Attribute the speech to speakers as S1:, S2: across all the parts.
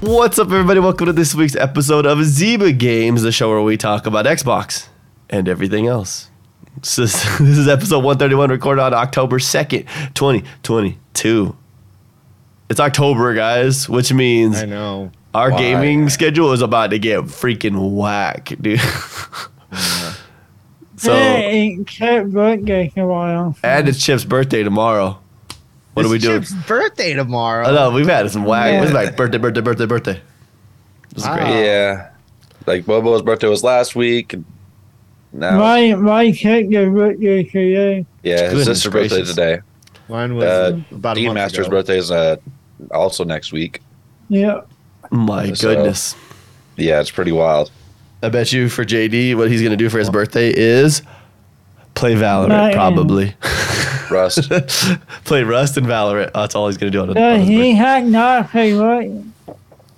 S1: What's up, everybody? Welcome to this week's episode of Zeba Games, the show where we talk about Xbox and everything else. This is, this is episode 131, recorded on October 2nd, 2022. It's October, guys, which means
S2: I know.
S1: our
S2: Why?
S1: gaming schedule is about to get freaking whack, dude. so,
S3: ain't cat birthday in a while.
S1: and it's Chip's birthday tomorrow. What
S2: It's
S1: are we doing?
S2: Chip's birthday tomorrow.
S1: Oh, no, we've had some whack. It was
S2: Yeah.
S1: like birthday, birthday, birthday, birthday. This is
S2: Wow.
S1: great.
S4: Yeah. Like Bobo's birthday was last week. and Now,
S3: My my cat gave birthday today.
S4: yeah, his
S1: Goodness
S4: sister's birthday
S1: gracious.
S4: today.
S2: Mine was
S4: Uh,
S2: about a
S4: Dean
S2: month
S4: Master's
S2: ago.
S4: birthday is uh, also next week.
S3: Yeah.
S1: My
S4: So-
S1: goodness.
S4: Yeah, it's pretty wild.
S1: I bet you for JD, what he's gonna do for his birthday is play Valorant,
S3: Right.
S1: probably.
S4: Rust.
S1: play Rust and Valorant. That's all he's gonna do on, on
S3: Yeah,
S1: his
S3: he
S1: birthday.
S3: had not paid right.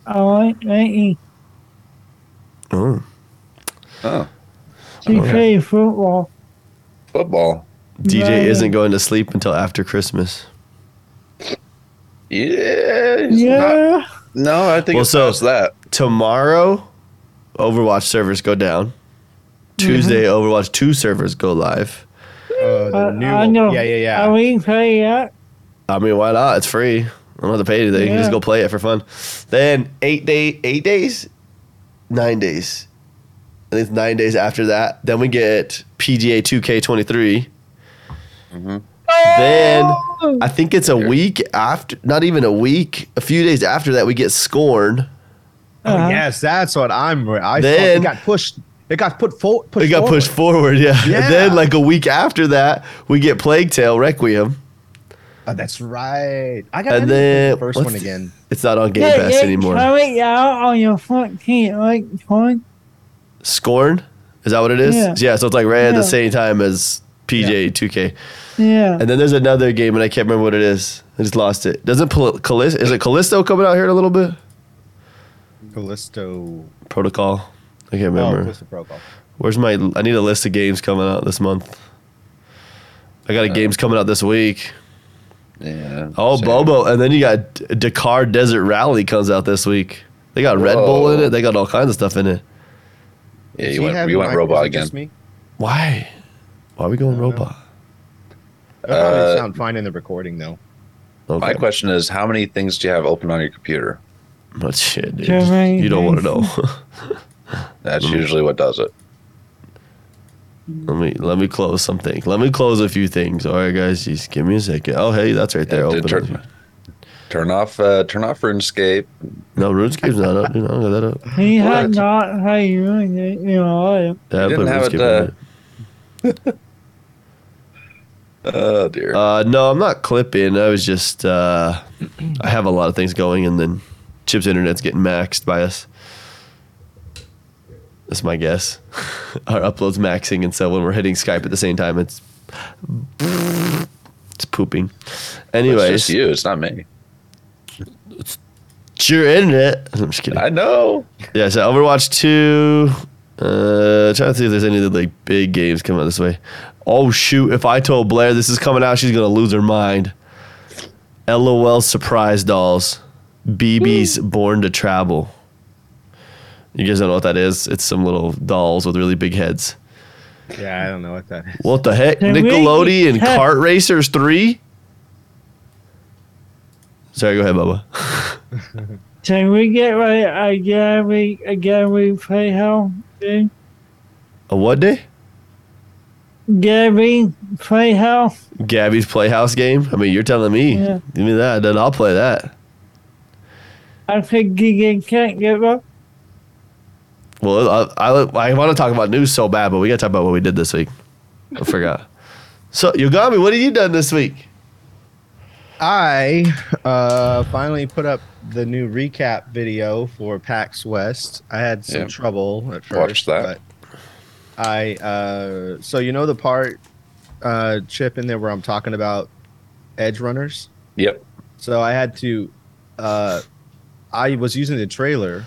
S3: I like making
S1: Oh,
S4: oh,
S3: she
S1: Okay.
S3: play football.
S4: football.
S1: DJ
S3: Right.
S1: isn't going to sleep until after Christmas.
S4: Yeah. he's not-
S3: Yeah.
S4: no, I think
S1: Well,
S4: it's
S1: so-
S4: past that.
S1: Tomorrow, Overwatch servers go down. Tuesday, Overwatch 2 servers go live.
S2: Oh, the
S3: I,
S2: new
S3: Uh, I
S2: one.
S3: know.
S2: Yeah, yeah, yeah.
S3: Are we pay yet?
S1: I mean, why not? It's free. I don't have to pay anything. You can just
S3: Yeah.
S1: go play it for fun. Then eight day, eight days, nine days. I think it's nine days after that. Then we get PGA 2K23.
S3: Oh!
S1: Then I think it's a week after, not even a week, a few days after that, we get Scorn.
S3: Uh-huh.
S2: oh, yes, that's what I'm. re- I
S1: Then-
S2: then, it got pushed. It got put fo- pushed.
S1: It got pushed
S2: forward.
S1: forward, yeah.
S2: Yeah.
S1: And then, like a week after that, we get Plague Tale Requiem.
S2: Oh, that's right. I got
S1: And
S2: and
S1: then
S2: the first
S1: what's
S2: one
S1: the-
S2: again.
S1: It's not on Game
S3: Did
S1: Pass
S3: it
S1: anymore.
S3: Coming out on your 14th, like 20?
S1: Scorn? Is that what it is? Yeah,
S3: Yeah.
S1: so it's like right at
S3: Yeah.
S1: the same time as PGA 2K.
S3: Yeah.
S1: And then there's another game, and I can't remember what it is. I just lost it. Doesn't Pal- Callisto, is it Callisto coming out here in a little bit?
S2: Callisto.
S1: Protocol. I can't
S2: Oh,
S1: remember.
S2: Callisto Protocol.
S1: Where's my? I need a list of games coming out this month. I got a games coming out this week.
S4: Yeah.
S1: Oh,
S4: Uh, same.
S1: Bobo, and then you got D- Dakar Desert Rally comes out this week. They got Red Bull in
S4: Whoa.
S1: it. They got all kinds of stuff in it.
S4: Yeah,
S2: Does
S4: you
S2: he
S4: went,
S2: have
S4: you
S2: mine?
S4: went
S2: Is
S4: robot
S2: it
S4: again.
S2: just Me?
S1: Why? Why are we going
S2: don't know.
S1: robot?
S2: It'll probably
S4: Uh,
S2: sound fine in the recording though.
S1: Okay.
S4: My question is how many things do you have open on your computer?
S1: Oh, shit, dude.
S3: Jermaine
S1: You don't want to know.
S3: Jackson.
S4: That's usually what does it.
S1: let me let me close something. Let me close a few things. All right, guys, just give me a second. Oh, hey, that's right there.
S4: Yeah,
S1: Open.
S4: turn, turn off uh, turn off RuneScape.
S1: No, RuneScape's not up. dude. I don't got that up.
S3: He had
S4: What?
S3: not paid you know, like,
S1: Yeah, I
S4: didn't
S1: put
S4: have it,
S1: RuneScape in
S4: uh, Oh dear.
S1: there. Uh, no, I'm not clipping. I was just uh, I have a lot of things going, and then Chip's internet's getting maxed by us. That's my guess. Our uploads maxing, and so when we're hitting Skype at the same time, it's it's pooping.
S4: it's
S1: Anyways,
S4: just you. It's not me.
S1: it's your internet. I'm just kidding.
S4: I know.
S1: Yeah, so Overwatch 2. Uh, trying to see if there's any of the like big games coming out this way. Oh shoot! If I told Blair this is coming out, she's gonna lose her mind. LOL surprise dolls, BB's born to travel. You guys don't know what that is? It's some little dolls with really big heads.
S2: Yeah, I don't know what that is.
S1: What the heck?
S3: They're really
S1: Nickelodeon
S3: big heads.
S1: Kart Racers Three. Sorry, go ahead, Bubba.
S3: Can we get right again? We again we play home. dude?
S1: A what day?
S3: Gabby play house.
S1: Gabby's Playhouse game. I mean, you're telling me.
S3: Yeah.
S1: Give me that, then I'll play that.
S3: I think Gigan can't give up.
S1: Well, I, I, I want to talk about news so bad, but we got to talk about what we did this week. I forgot. So, Yogami, what have you done this week?
S2: I uh, finally put up the new recap video for PAX West. I had some
S4: Yeah.
S2: trouble at first.
S4: Watched that.
S2: But I uh, so you know the part uh, chip in there where I'm talking about edge runners.
S4: Yep.
S2: So I had to. Uh, I was using the trailer,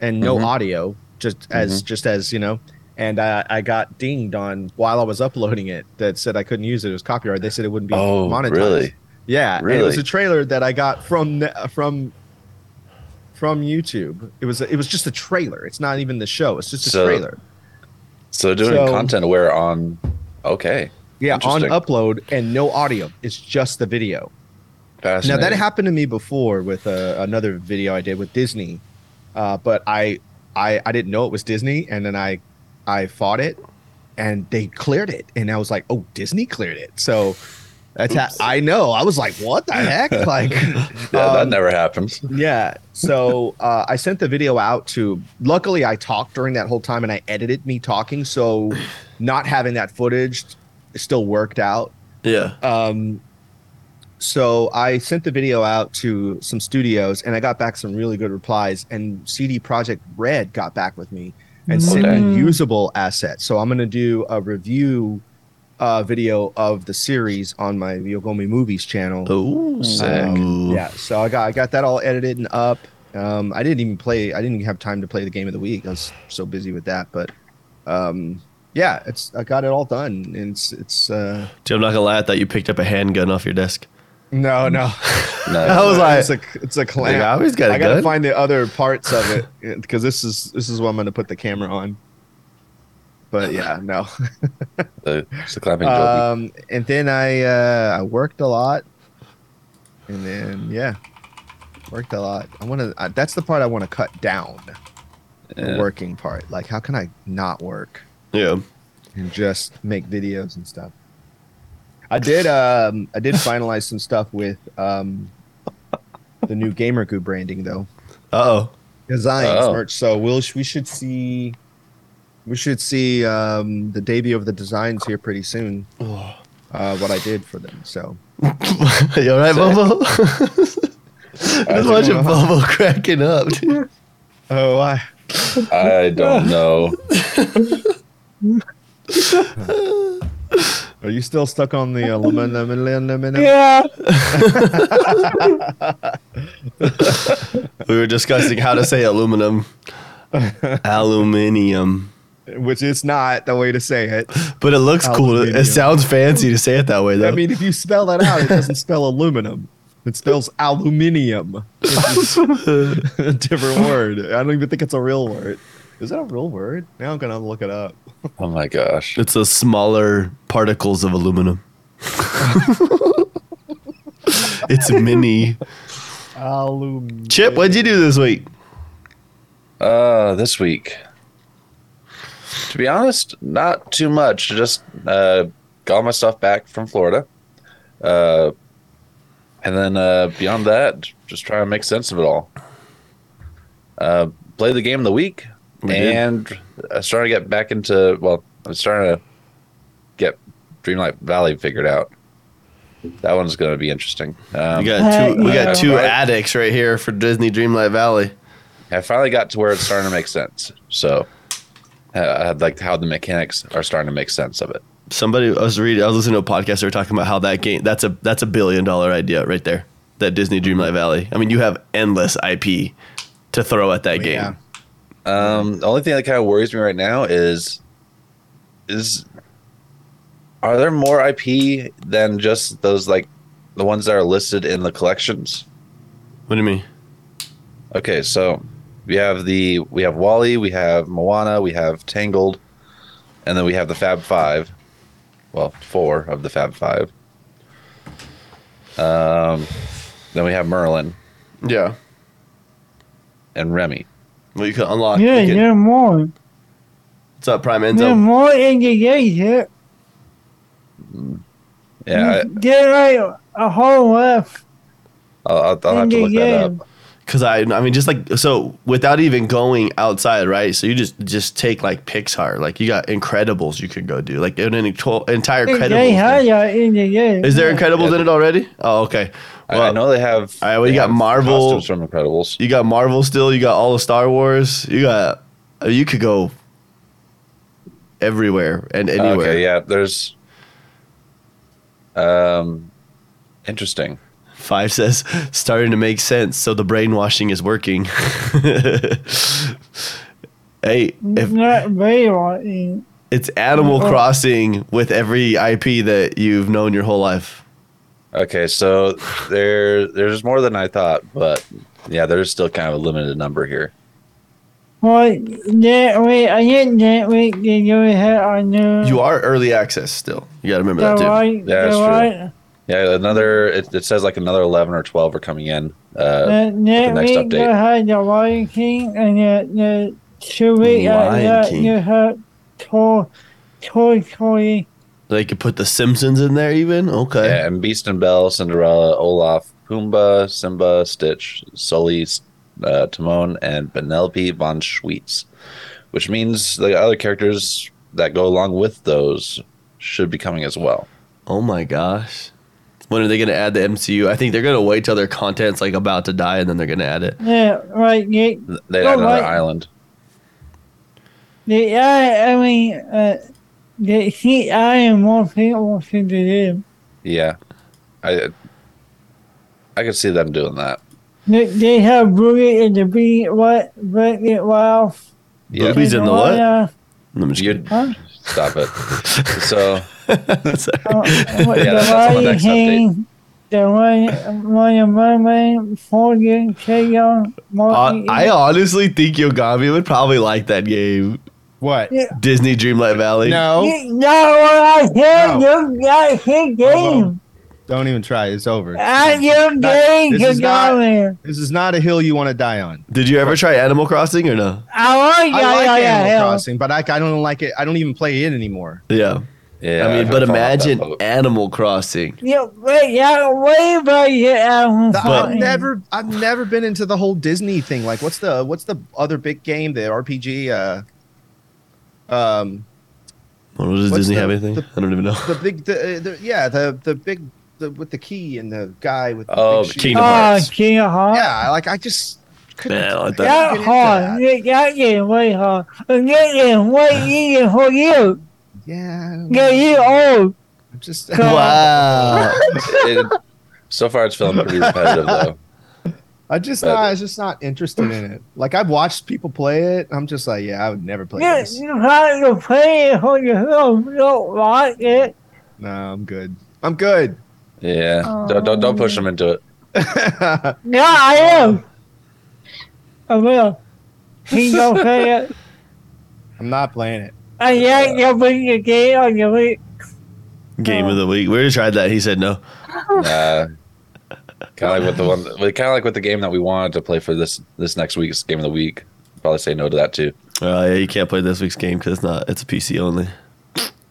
S2: and no
S4: Mhm.
S2: audio, just as
S4: Mm-hmm.
S2: just as you know. And I, I got dinged on while I was uploading it that said I couldn't use it. It was copyright. They said it wouldn't be
S4: Oh,
S2: monetized.
S4: really?
S2: Yeah, and it was
S4: Really?
S2: a trailer that I got from the- from from YouTube. It was it was just a trailer. It's not even the show. It's just a
S4: So-
S2: trailer.
S4: So doing
S2: So-
S4: content aware on okay.
S2: Yeah, on
S4: Interesting.
S2: upload and no audio. It's just the video. Now
S4: Fascinating.
S2: that happened to me before with uh, another video I did with Disney, uh, but I, I I didn't know it was Disney, and then I I fought it, and they cleared it, and I was like, oh, Disney cleared it. So that's how, I know. I was like, what the heck? Like,
S4: Yeah, that
S2: um,
S4: never happens.
S2: yeah. So uh, I sent the video out to. Luckily, I talked during that whole time, and I edited me talking, so not having that footage still worked out.
S1: Yeah.
S2: Um, so I sent the video out to some studios, and I got back some really good replies. And CD Project Red got back with me and sent
S4: Okay.
S2: me usable assets. So I'm gonna do a review uh, video of the series on my Yogomi Movies channel.
S1: Oh, sick.
S2: Um, yeah, so I got I got that all edited and up. Um, I didn't even play. I didn't even have time to play the game of the week. I was so busy with that. But um, yeah, it's I got it all done, and it's it's uh,
S1: Dude, I'm not gonna lie. I thought you picked up a handgun off your desk.
S2: no no.
S1: I
S4: No,
S1: was like,
S2: it's a it's a clamp.
S1: Like, I always got a
S2: I gotta
S1: gun.
S2: find the other parts of it because this is this is what I'm gonna put the camera on. But yeah, no.
S4: the, it's the clapping joke.
S2: Um, and then I uh, I worked a lot, and then yeah, worked a lot. I want to. That's the part I want to cut down. The
S4: Yeah.
S2: working part. Like, how can I not work
S1: Yeah.
S2: and just make videos and stuff? I did. Um, I did finalize some stuff with um, the new Gamer Goo branding though.
S1: Uh oh.
S2: designs
S4: Oh.
S2: merch. So we'll we should see we should see um, the debut of the designs here pretty soon. Uh, what I did for them. So
S1: you all right,
S4: Sick.
S1: Bobo? Just watching Bobo cracking up. Dude.
S2: oh, I
S4: I don't know.
S2: are you still stuck on the uh, lemon lemon lemon lemon?
S3: Yeah.
S1: We were discussing how to say aluminum, aluminium,
S2: Which is not the way to say it.
S1: but it looks cool. It- It
S2: Aluminium.
S1: sounds fancy to say it that way, though.
S2: I mean, if you spell that out, it doesn't spell aluminum. It spells aluminium. It's a different word. I don't even think it's a real word. Is that a real word? Now I'm gonna look it up.
S4: Oh my gosh.
S1: it's the smaller particles of aluminum. it's mini.
S2: Alum.
S1: Chip, what'd you do this week?
S4: Uh, this week. To be honest, not too much. Just uh, got my stuff back from Florida. Uh, and then uh, beyond that, just trying to make sense of it all. Uh, play the game of the week.
S1: We did.
S4: and I started to get back into, well, I'm starting to get Dreamlight Valley figured out. That one's going to be interesting. Um,
S1: We got two. We
S3: Uh, Yeah.
S1: got two
S4: Right.
S1: addicts right here for Disney Dreamlight Valley.
S4: I finally got to where it's starting to make sense. So, uh, like how the mechanics are starting to make sense of it.
S1: Somebody, I was reading. I was listening to a podcast. They were talking about how that game. That's a that's a billion dollar idea right there. That Disney Dreamlight Valley. I mean, you have endless IP to throw at that game.
S2: Yeah.
S4: Um, the only thing that kind of worries me right now is, is are there more IP than just those like the ones that are listed in the collections?
S1: What do you mean?
S4: Okay, so we have the we have Wally, we have Moana, we have Tangled, and then we have the Fab Five. Well, four of the Fab Five. Um, then we have Merlin
S1: Yeah.
S4: and Remy.
S1: Well, you can unlock.
S3: Yeah,
S1: you can-
S3: yeah, more.
S1: What's up, Prime Enzo?
S3: Yeah, more in the game here.
S4: Yeah,
S3: Get like a whole left
S4: I, I'll, I'll, I'll have
S3: in
S4: to
S3: the
S4: look that
S3: game.
S4: up.
S1: Cause I, I mean, just like so, without even going outside, right? So you just just take like Pixar, like you got Incredibles, you could go do like an, entol- entire
S3: The game
S1: Incredibles.
S3: higher in the game.
S1: Is there
S3: Yeah.
S1: Incredibles
S4: Yeah.
S1: in it already? Oh, okay.
S4: I- I know they have.
S1: All right, well,
S4: they
S1: you got
S4: have
S1: Marvel.
S4: costumes from Incredibles.
S1: You got Marvel still. You got all of Star Wars. You got. uh, You could go everywhere and anywhere.
S4: Okay, yeah, there's. Um, interesting.
S1: Five says starting to make sense. So the brainwashing is working. hey, if
S3: Not very right in.
S1: it's Animal
S3: Oh.
S1: Crossing with every IP that you've known your whole life.
S4: Okay, so there there's more than I thought, but Yeah, there's still kind of a limited number here.
S3: Well, that week, I think that week they do hit on the.
S1: You are early access still. You got to remember
S3: uh,
S1: that,
S3: the
S1: too.
S3: right,
S4: Yeah, that's
S3: the
S4: true.
S3: right.
S4: Yeah, another. It, it says like another eleven or twelve are coming in. Uh,
S3: The next
S4: next
S3: week you
S4: update.
S3: had the Lion King, uh, and the, the two week after
S1: Lion
S3: that
S1: King.
S3: uh, you had Toy, Toy Story.
S1: They could put the Simpsons in there, even. Okay.
S4: yeah, and Beast and Belle, Cinderella, Olaf, Pumbaa, Simba, Stitch, Sully, uh, Timon, and Penelope von Schweetz, which means the other characters that go along with those should be coming as well.
S1: Oh my gosh. When are they going to add the MCU? I think they're going to wait till their content's like about to die and then they're going to add it.
S3: Yeah, right. They,
S4: Th- They had
S3: Oh,
S4: another
S3: right.
S4: island.
S3: they are, I mean, uh, they see I am more people to the them.
S4: Yeah, I I could see them doing that.
S3: They, they have Boogie and the Bee, what, Boogie Ralph.
S4: Yeah,
S1: Boobies in the what?
S3: Raya.
S1: I'm just
S4: you
S1: kidding.
S3: Huh?
S4: stop it. So
S1: Sorry.
S3: Oh, what,
S4: Yeah,
S3: the
S4: that's on the
S3: Lion
S4: next update.
S3: King, the Lion, Lion Mermaid, Fortune, Chaeyoung,
S1: Uh,
S3: Martin.
S1: I honestly think Yogami would probably like that game.
S2: What?
S3: Yeah.
S1: Disney Dreamlight Valley.
S2: No,
S3: You know what I said? You got his game.
S2: don't even try. It's over.
S3: I you
S2: Not-
S3: game
S2: this
S3: you
S2: is
S3: got
S2: not-
S3: me.
S2: This is not a hill you want to die on.
S1: Did you ever try Animal Crossing or no?
S3: I
S2: I like
S3: like yeah, yeah,
S2: Animal
S3: yeah.
S2: Crossing, but I, I don't like it. I don't even play it anymore.
S1: Yeah.
S4: yeah,
S1: I mean,
S4: I've
S1: but
S4: fallen off that
S1: imagine
S4: boat.
S1: Animal Crossing.
S3: You wait, yeah, way about your album.
S2: The-
S1: But-
S2: I've never, I've never been into the whole Disney thing. Like, what's the, what's the other big game, the RPG? Uh, um,
S1: Well, does
S2: What's
S1: Disney
S2: the-
S1: have anything?
S2: the-
S1: I don't even know.
S2: the big, the, uh, the yeah, the the big, the with the key and the guy with the
S4: Oh,
S2: big shoes.
S4: Kingdom
S3: Oh,
S4: Hearts.
S3: King of Hearts.
S2: Yeah, like I just couldn't.
S1: Man, I like
S2: couldn't
S1: that.
S2: get
S3: That
S2: into
S3: hard.
S2: that.
S3: That getting way hard. That getting way easy for you.
S2: Yeah, I don't know.
S3: Yeah, you old.
S2: I'm just.
S1: Wow.
S4: It- so far, it's feeling pretty repetitive though.
S2: I just
S4: But-
S2: not, I was just not interested in it. Like I've watched people play it. I'm just like, yeah, I would never play
S3: You,
S2: this.
S3: you try to play it for yourself. You don't like it.
S2: No, I'm good. I'm good.
S4: Yeah, don't, don't don't push them into it.
S2: I
S3: Yeah, I
S2: Oh.
S3: am. I will. He don't play it.
S2: am not playing it.
S3: I yank your bring your game on your week.
S1: Game of the week. We already tried that. He said no.
S4: Uh, kind of like with the one, kind of like with the game that we wanted to play for this this next week's game of the week. Probably say no to that too.
S1: Uh, yeah, you can't play this week's game because it's not. It's a PC only.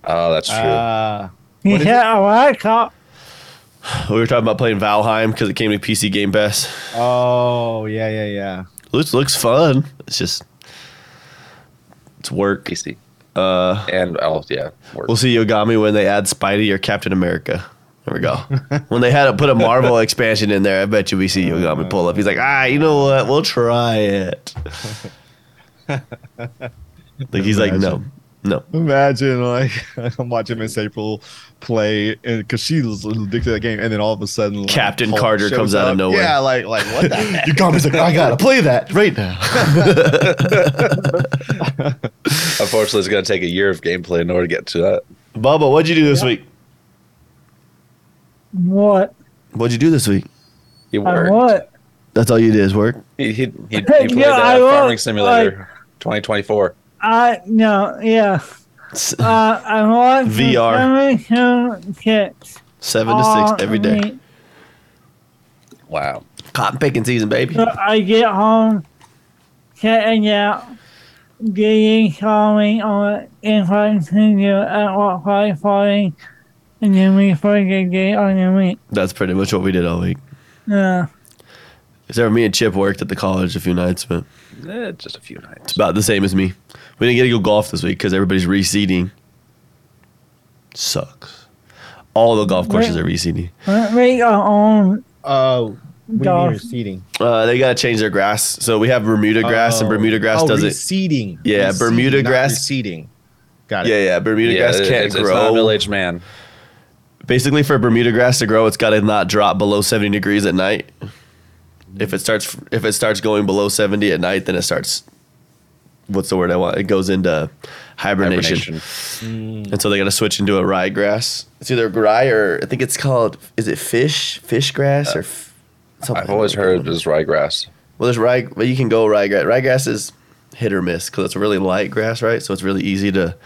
S4: Oh, that's true.
S2: Uh,
S3: You
S2: What is
S3: hit a white cop.
S1: We were talking about playing Valheim because it came to PC Game Pass.
S2: oh yeah, yeah, yeah.
S1: Looks looks fun. It's just it's work.
S4: PC
S1: Uh,
S4: and oh yeah, work.
S1: we'll see Yogami when they add Spidey or Captain America. There we go. when they had to put a Marvel expansion in there, I bet you we see Yogami pull up. He's like, ah, you know what? We'll try it. like he's like, no, no.
S2: Imagine like I'm watching Miss April play, and because she's addicted to that game, and then all of a sudden like,
S1: Captain
S2: Hulk
S1: Carter
S2: shows
S1: comes out of
S2: up.
S1: nowhere.
S2: Yeah, like like what the heck?
S1: Yogami's like, I gotta play that right now.
S4: Unfortunately, it's going to take a year of gameplay in order to get to that.
S1: Bubba, what'd you do this week?
S3: What?
S1: What'd you do this week?
S4: He
S3: I
S4: worked.
S3: what?
S1: That's all you did is work.
S4: He he, he, he played
S3: Yeah, I
S4: uh,
S3: worked,
S4: Farming Simulator 2024.
S3: I no, yeah.
S1: S-
S3: Uh, I want
S1: VR.
S3: Seven to six.
S1: Seven to
S3: Uh,
S1: six every day.
S3: I mean,
S4: Wow.
S1: Cotton picking season, baby.
S3: So I get home, checking out, getting calling on if I can do at what five falling, and then we freaking get on the week.
S1: That's pretty much what we did all week.
S3: Yeah.
S1: Except for me and Chip worked at the college a few nights, but
S4: Eh, just a few nights.
S1: it's about the same as me. We didn't get to go golf this week because everybody's reseeding. Sucks. All the golf courses are reseeding.
S3: Let me go on.
S2: Oh, we
S3: Dog.
S2: need seating.
S1: Uh, they gotta change their grass. So we have Bermuda grass, and Bermuda grass
S2: oh,
S1: doesn't.
S2: reseeding.
S1: Yeah,
S2: Reseeding,
S1: Bermuda
S2: not
S1: grass-
S2: reseeding. Got it.
S1: yeah, yeah. Bermuda
S4: Yeah,
S1: grass
S4: it-
S1: can't
S4: it's, it's not a
S1: grow.
S4: middle aged man.
S1: Basically, for Bermuda grass to grow, it's gotta not drop below seventy degrees at night. If it starts, if it starts going below seventy at night, then it starts. What's the word I want? It goes into hibernation.
S4: Hibernation.
S1: And so they got to switch into a rye grass. It's either rye or I think it's called is it fish fish grass or f- something
S4: I've always
S1: like that.
S4: heard it is ryegrass.
S1: Well, there's rye. Well, you can go ryegrass. Ryegrass is hit or miss because it's a really light grass, right? So it's really easy to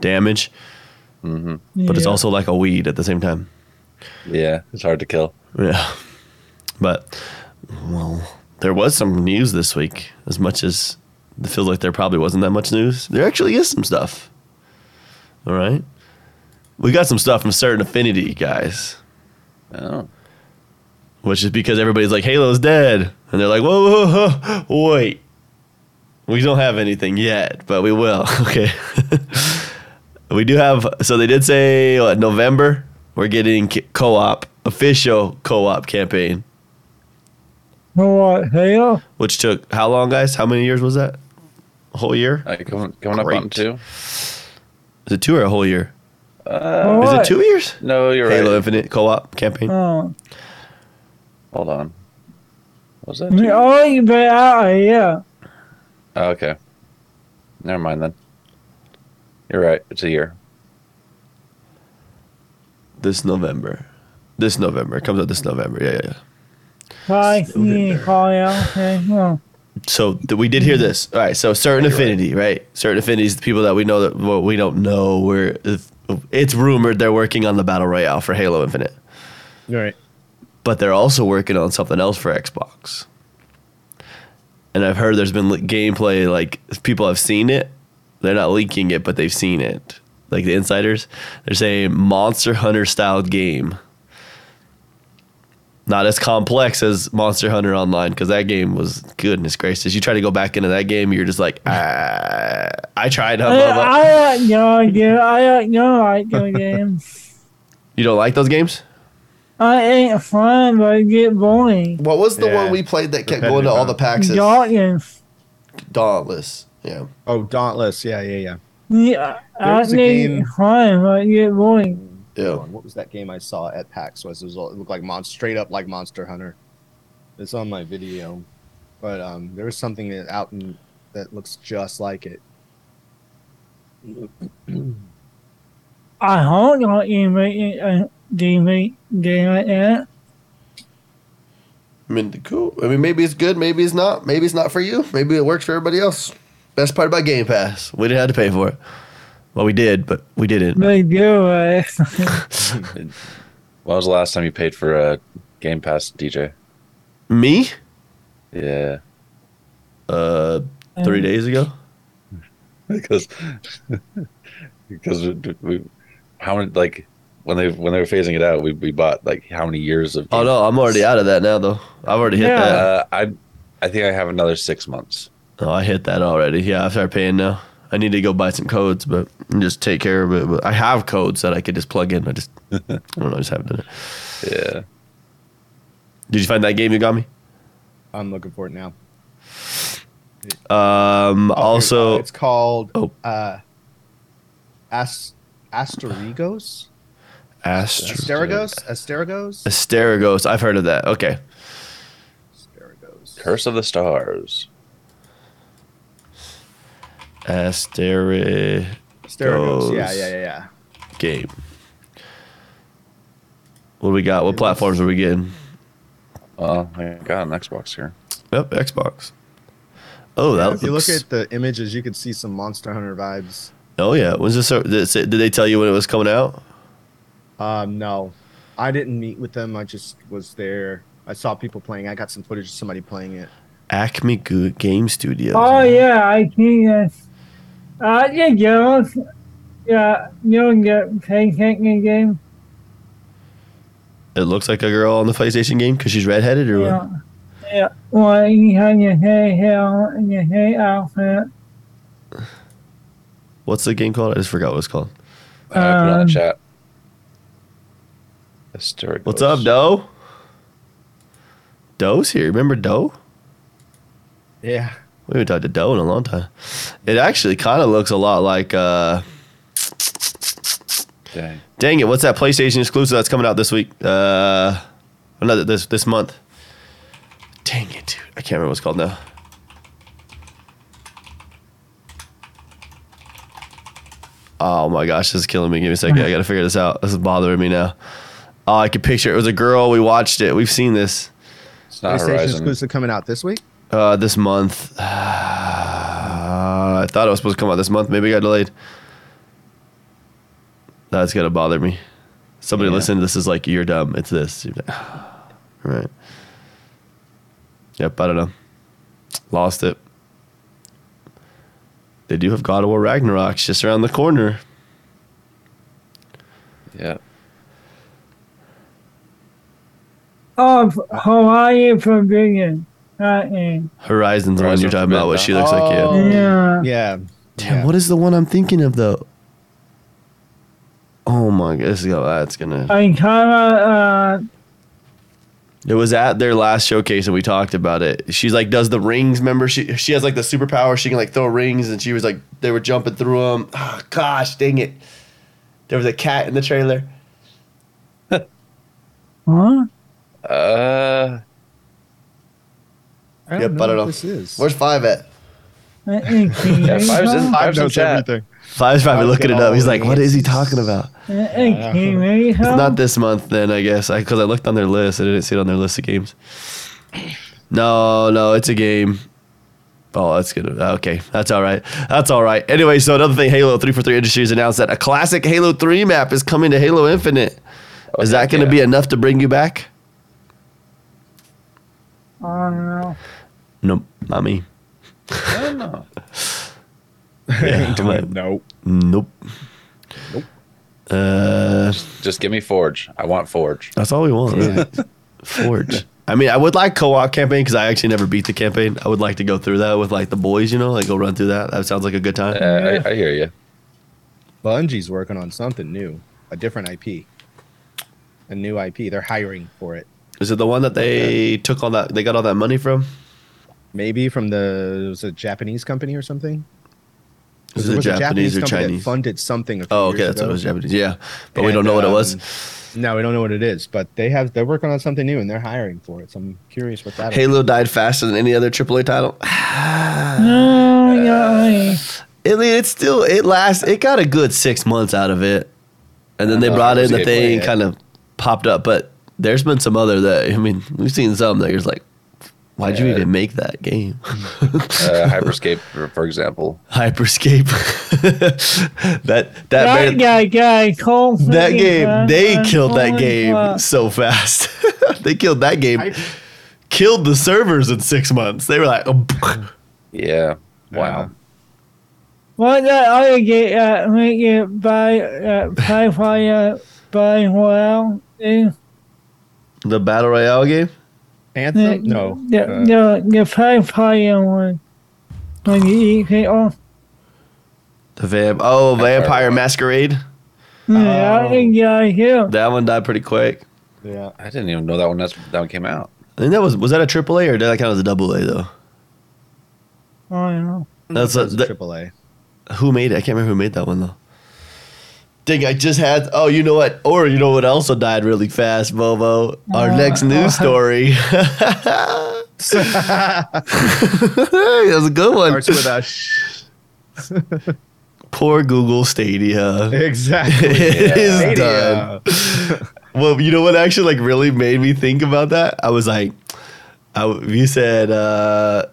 S1: damage, but it's
S3: Yeah.
S1: also like a weed at the same time.
S4: Yeah, it's hard to kill.
S1: Yeah. But, well, there was some news this week, as much as it feels like there probably wasn't that much news. There actually is some stuff. All right. We got some stuff from Certain Affinity, guys,
S4: Oh,
S1: which is because everybody's like, Halo's dead. And they're like, whoa, whoa, whoa, whoa wait. We don't have anything yet, but we will. Okay. we do have, so they did say what, November, we're getting co op, official co op campaign.
S3: For what? Halo?
S1: which took how long, guys? How many years was that? A whole year?
S4: like Uh, coming, coming up
S1: Great.
S4: on two.
S1: Is it two or a whole year?
S3: For
S1: Uh, Is it
S3: what?
S1: two years?
S4: No, you're
S1: Halo
S4: right.
S1: Infinite co-op campaign.
S3: Oh,
S4: Hold on. Was that? two?
S3: oh, you been out of here.
S4: Oh, okay. Never mind then. You're right. It's a year.
S1: This November. This November. It comes out this November. Yeah, yeah, yeah.
S3: Like me, Halo.
S1: So th- we did hear this. All right. So certain affinity, right? Certain affinity is the people that we know that well, we don't know. Where if, it's rumored they're working on the battle royale for Halo Infinite,
S2: All right.
S1: but they're also working on something else for Xbox. And I've heard there's been like, gameplay like if people have seen it. They're not leaking it, but they've seen it. Like the insiders, they're saying Monster Hunter style game. Not as complex as Monster Hunter Online because that game was goodness gracious. You try to go back into that game, you're just like, ah, I tried. huh,
S3: I,
S1: blah, blah."
S3: I don't know, dude. I don't know like your games.
S1: You don't like those games?
S3: I ain't fun, but I get boring.
S1: What was
S2: the one Yeah. we
S1: played that
S2: kept going to all the
S1: packs?
S3: Dawkins.
S1: Dauntless. Yeah.
S2: Oh, Dauntless. Yeah, yeah, yeah.
S3: Yeah,
S2: There
S3: I
S2: was a game-
S3: need fun, but I get boring.
S1: Yeah.
S2: Hold on, What was that game I saw at PAX? Was it, was, all- it looked like mon- straight up like Monster Hunter. It's on my video, but um, there was something that out in, that looks just like it.
S3: I hope not you make it a game like that.
S1: I mean, cool. I mean, maybe it's good, maybe it's not. Maybe it's not for you. Maybe it works for everybody else. Best part about Game Pass, we didn't have to pay for it. Well, we did, but we didn't.
S3: They do it.
S4: When was the last time you paid for a Game Pass DJ?
S1: Me?
S4: Yeah,
S1: Uh, three days ago.
S4: because because we, we how many like when they when they were phasing it out, we, we bought like how many years of?
S1: Oh
S4: Game
S1: no, I'm already out of that now though. I've already hit
S3: Yeah.
S1: that.
S4: Uh, I I think I have another six months.
S1: Oh, I hit that already. Yeah, I started paying now. I need to go buy some codes, but and just take care of it. But I have codes that I could just plug in. I just, I don't know, I just haven't done it.
S4: Yeah,
S1: Did you find that game you got me?
S2: I'm looking for it now.
S1: Um,
S2: Oh, here-
S1: also,
S2: uh, it's called
S1: Oh.
S2: uh, As- Asterigos.
S1: Asteragos.
S2: Asterigos. Asterigos.
S1: Asteragos. I've heard of that. Okay.
S2: Asterigos.
S4: Curse of the Stars.
S1: Asteri
S2: Asterigos. Yeah,
S1: goes.
S2: yeah, yeah, yeah.
S1: game. What do we got? What platforms are we getting?
S4: Well, I got an Xbox here.
S1: Yep, Xbox. Oh, that
S2: Yeah,
S1: looks.
S2: if you look at the images, you can see some Monster Hunter vibes.
S1: oh yeah, when's this? Did it say- did they tell you when it was coming out?
S2: Um, no, I didn't meet with them. I just was there. I saw people playing. I got some footage of somebody playing it.
S1: Acme Go- Game Studios.
S3: Oh yeah, I think that's uh yeah girls yeah, you don't get paid taking game.
S1: It looks like a girl on the PlayStation game because she's redheaded or
S3: Yeah.
S1: what?
S3: Yeah. Well you have your hair hair and your hair outfit.
S1: What's the game called? I just forgot what it's called.
S4: I put it on
S3: Um,
S4: the chat. Asterigos.
S1: What's up, Doe? Doe's here. Remember Doe?
S2: Yeah.
S1: We haven't talked to Doe in a long time. It actually kind of looks a lot like. uh
S4: Dang.
S1: Dang it! What's that PlayStation exclusive that's coming out this week? Uh, another this this month. Dang it, dude! I can't remember what it's called now. Oh my gosh, this is killing me. Give me a second. I gotta figure this out. This is bothering me now. Oh, I can picture it. It was a girl. We watched it. We've seen this.
S4: It's not
S2: PlayStation
S4: Horizon.
S2: exclusive coming out this week.
S1: uh, this month. Uh, I thought it was supposed to come out this month. Maybe it got delayed. That's gonna bother me. Somebody
S2: Yeah.
S1: listening to this is like, "You're dumb." It's this. You're like, right. Yep. I don't know. Lost it. They do have God of War Ragnarok's just around the corner.
S4: Yeah.
S3: Of Oh, Hawaii Pavilion. That name.
S1: Horizon's the one
S4: Horizon
S1: you're talking about. What she looks like,
S2: Oh.
S1: yeah.
S3: Yeah.
S2: Yeah.
S1: Damn,
S2: Yeah.
S1: what is the one I'm thinking of though? Oh my god, this is gonna, that's gonna.
S3: I kinda,
S1: It was at their last showcase and we talked about it. She's like, does the rings? Remember, she she has like the superpower. She can like throw rings, and she was like, they were jumping through them. Ah, gosh, dang it! There was a cat in the trailer.
S3: uh, huh?
S4: Uh,
S2: I don't
S1: Yep,
S2: know
S1: I don't
S2: what
S1: know.
S2: this is.
S1: Where's five at?
S3: That incubator?
S4: yeah, Five's in,
S2: Five
S4: Five's in
S2: knows
S4: chat.
S2: everything.
S1: Five's probably
S2: Five's
S1: looking
S2: got
S1: it up.
S2: all
S1: He's like,
S2: the
S1: what is he
S2: answers.
S1: talking about?
S3: That
S2: Yeah.
S3: incubator?
S1: It's not this month then, I guess, because I, looked on their list. I didn't see it on their list of games. No, no, it's a game. Oh, that's good. Okay, that's all right. That's all right. Anyway, so another thing, Halo 343 Industries announced that a classic Halo 3 map is coming to Halo Infinite. Is that going to
S4: yeah.
S1: be enough to bring you back?
S3: I don't know.
S1: Nope, not me.
S4: I don't know.
S1: Yeah, I'm like,
S2: no.
S1: nope.
S2: Nope.
S1: Uh,
S4: Just give me Forge. I want Forge.
S1: That's all we want. Really. Forge. I mean, I would like co-op campaign because I actually never beat the campaign. I would like to go through that with like the boys, you know, like go run through that. That sounds like a good time.
S4: Uh, I, I hear you.
S2: Bungie's working on something new, a different IP, a new IP. They're hiring for it.
S1: Is it the one that they took all that they got all that money from?
S2: Maybe from the it was a Japanese company or something.
S1: Is
S2: There
S1: it
S2: was a
S1: Japanese or
S2: company that
S1: Chinese?
S2: funded something. A few
S1: Oh, okay,
S2: years
S1: that's what it
S2: ago.
S1: was Japanese. Yeah, but we don't
S2: And,
S1: know what it was.
S2: um, No, we don't know what it is, but they have they're working on something new and they're hiring for it. So I'm curious what that.
S1: Halo died faster than any other AAA title.
S3: No, yeah,
S1: I mean, it's still it last. It got a good six months out of it, and then they
S4: Uh,
S1: brought
S4: it
S1: in
S4: was
S1: the
S4: good
S1: thing,
S4: play.
S1: kind of popped up. But there's been some other that I mean, we've seen some that you're just like, why'd you
S4: Yeah.
S1: even make that game?
S4: Uh, Hyperscape, for, for example.
S1: Hyperscape. that that
S3: that
S1: man-
S3: guy, guy, Cole.
S1: that
S3: freaking
S1: game. They
S3: Bradford,
S1: killed that
S3: holy
S1: game
S3: fuck.
S1: so fast. they killed that game. Killed the servers in six months. They were like, oh,
S4: Yeah. Wow.
S2: Yeah.
S3: What that other game uh, make you buy, uh, pay for your buy well? eh? You,
S1: the battle royale game.
S2: Anthem? No.
S3: You,
S2: uh,
S3: you, you pay for your one when you eat people.
S1: The vamp. Oh,
S4: Vampire
S1: Vampire
S4: Royale.
S1: Masquerade.
S3: Yeah, I think yeah, you.
S1: That one died pretty quick.
S2: Yeah.
S4: I didn't even know that one. That's, that one came out.
S1: I think that was was that a triple A or did that count as a double A though?
S3: I don't know.
S1: That's a,
S2: That's
S1: that,
S2: triple Mm, A.
S1: who made it. I can't remember who made that one though. Dang, I just had. Oh, you know what? Or you know what? Also died really fast, Bobo. Our
S3: Uh,
S1: next news story. that was a good one.
S2: Starts with a sh-
S1: Poor Google Stadia.
S2: exactly.
S1: It is
S4: Yeah.
S1: done. Well, you know what actually like really made me think about that? I was like, I, you said uh,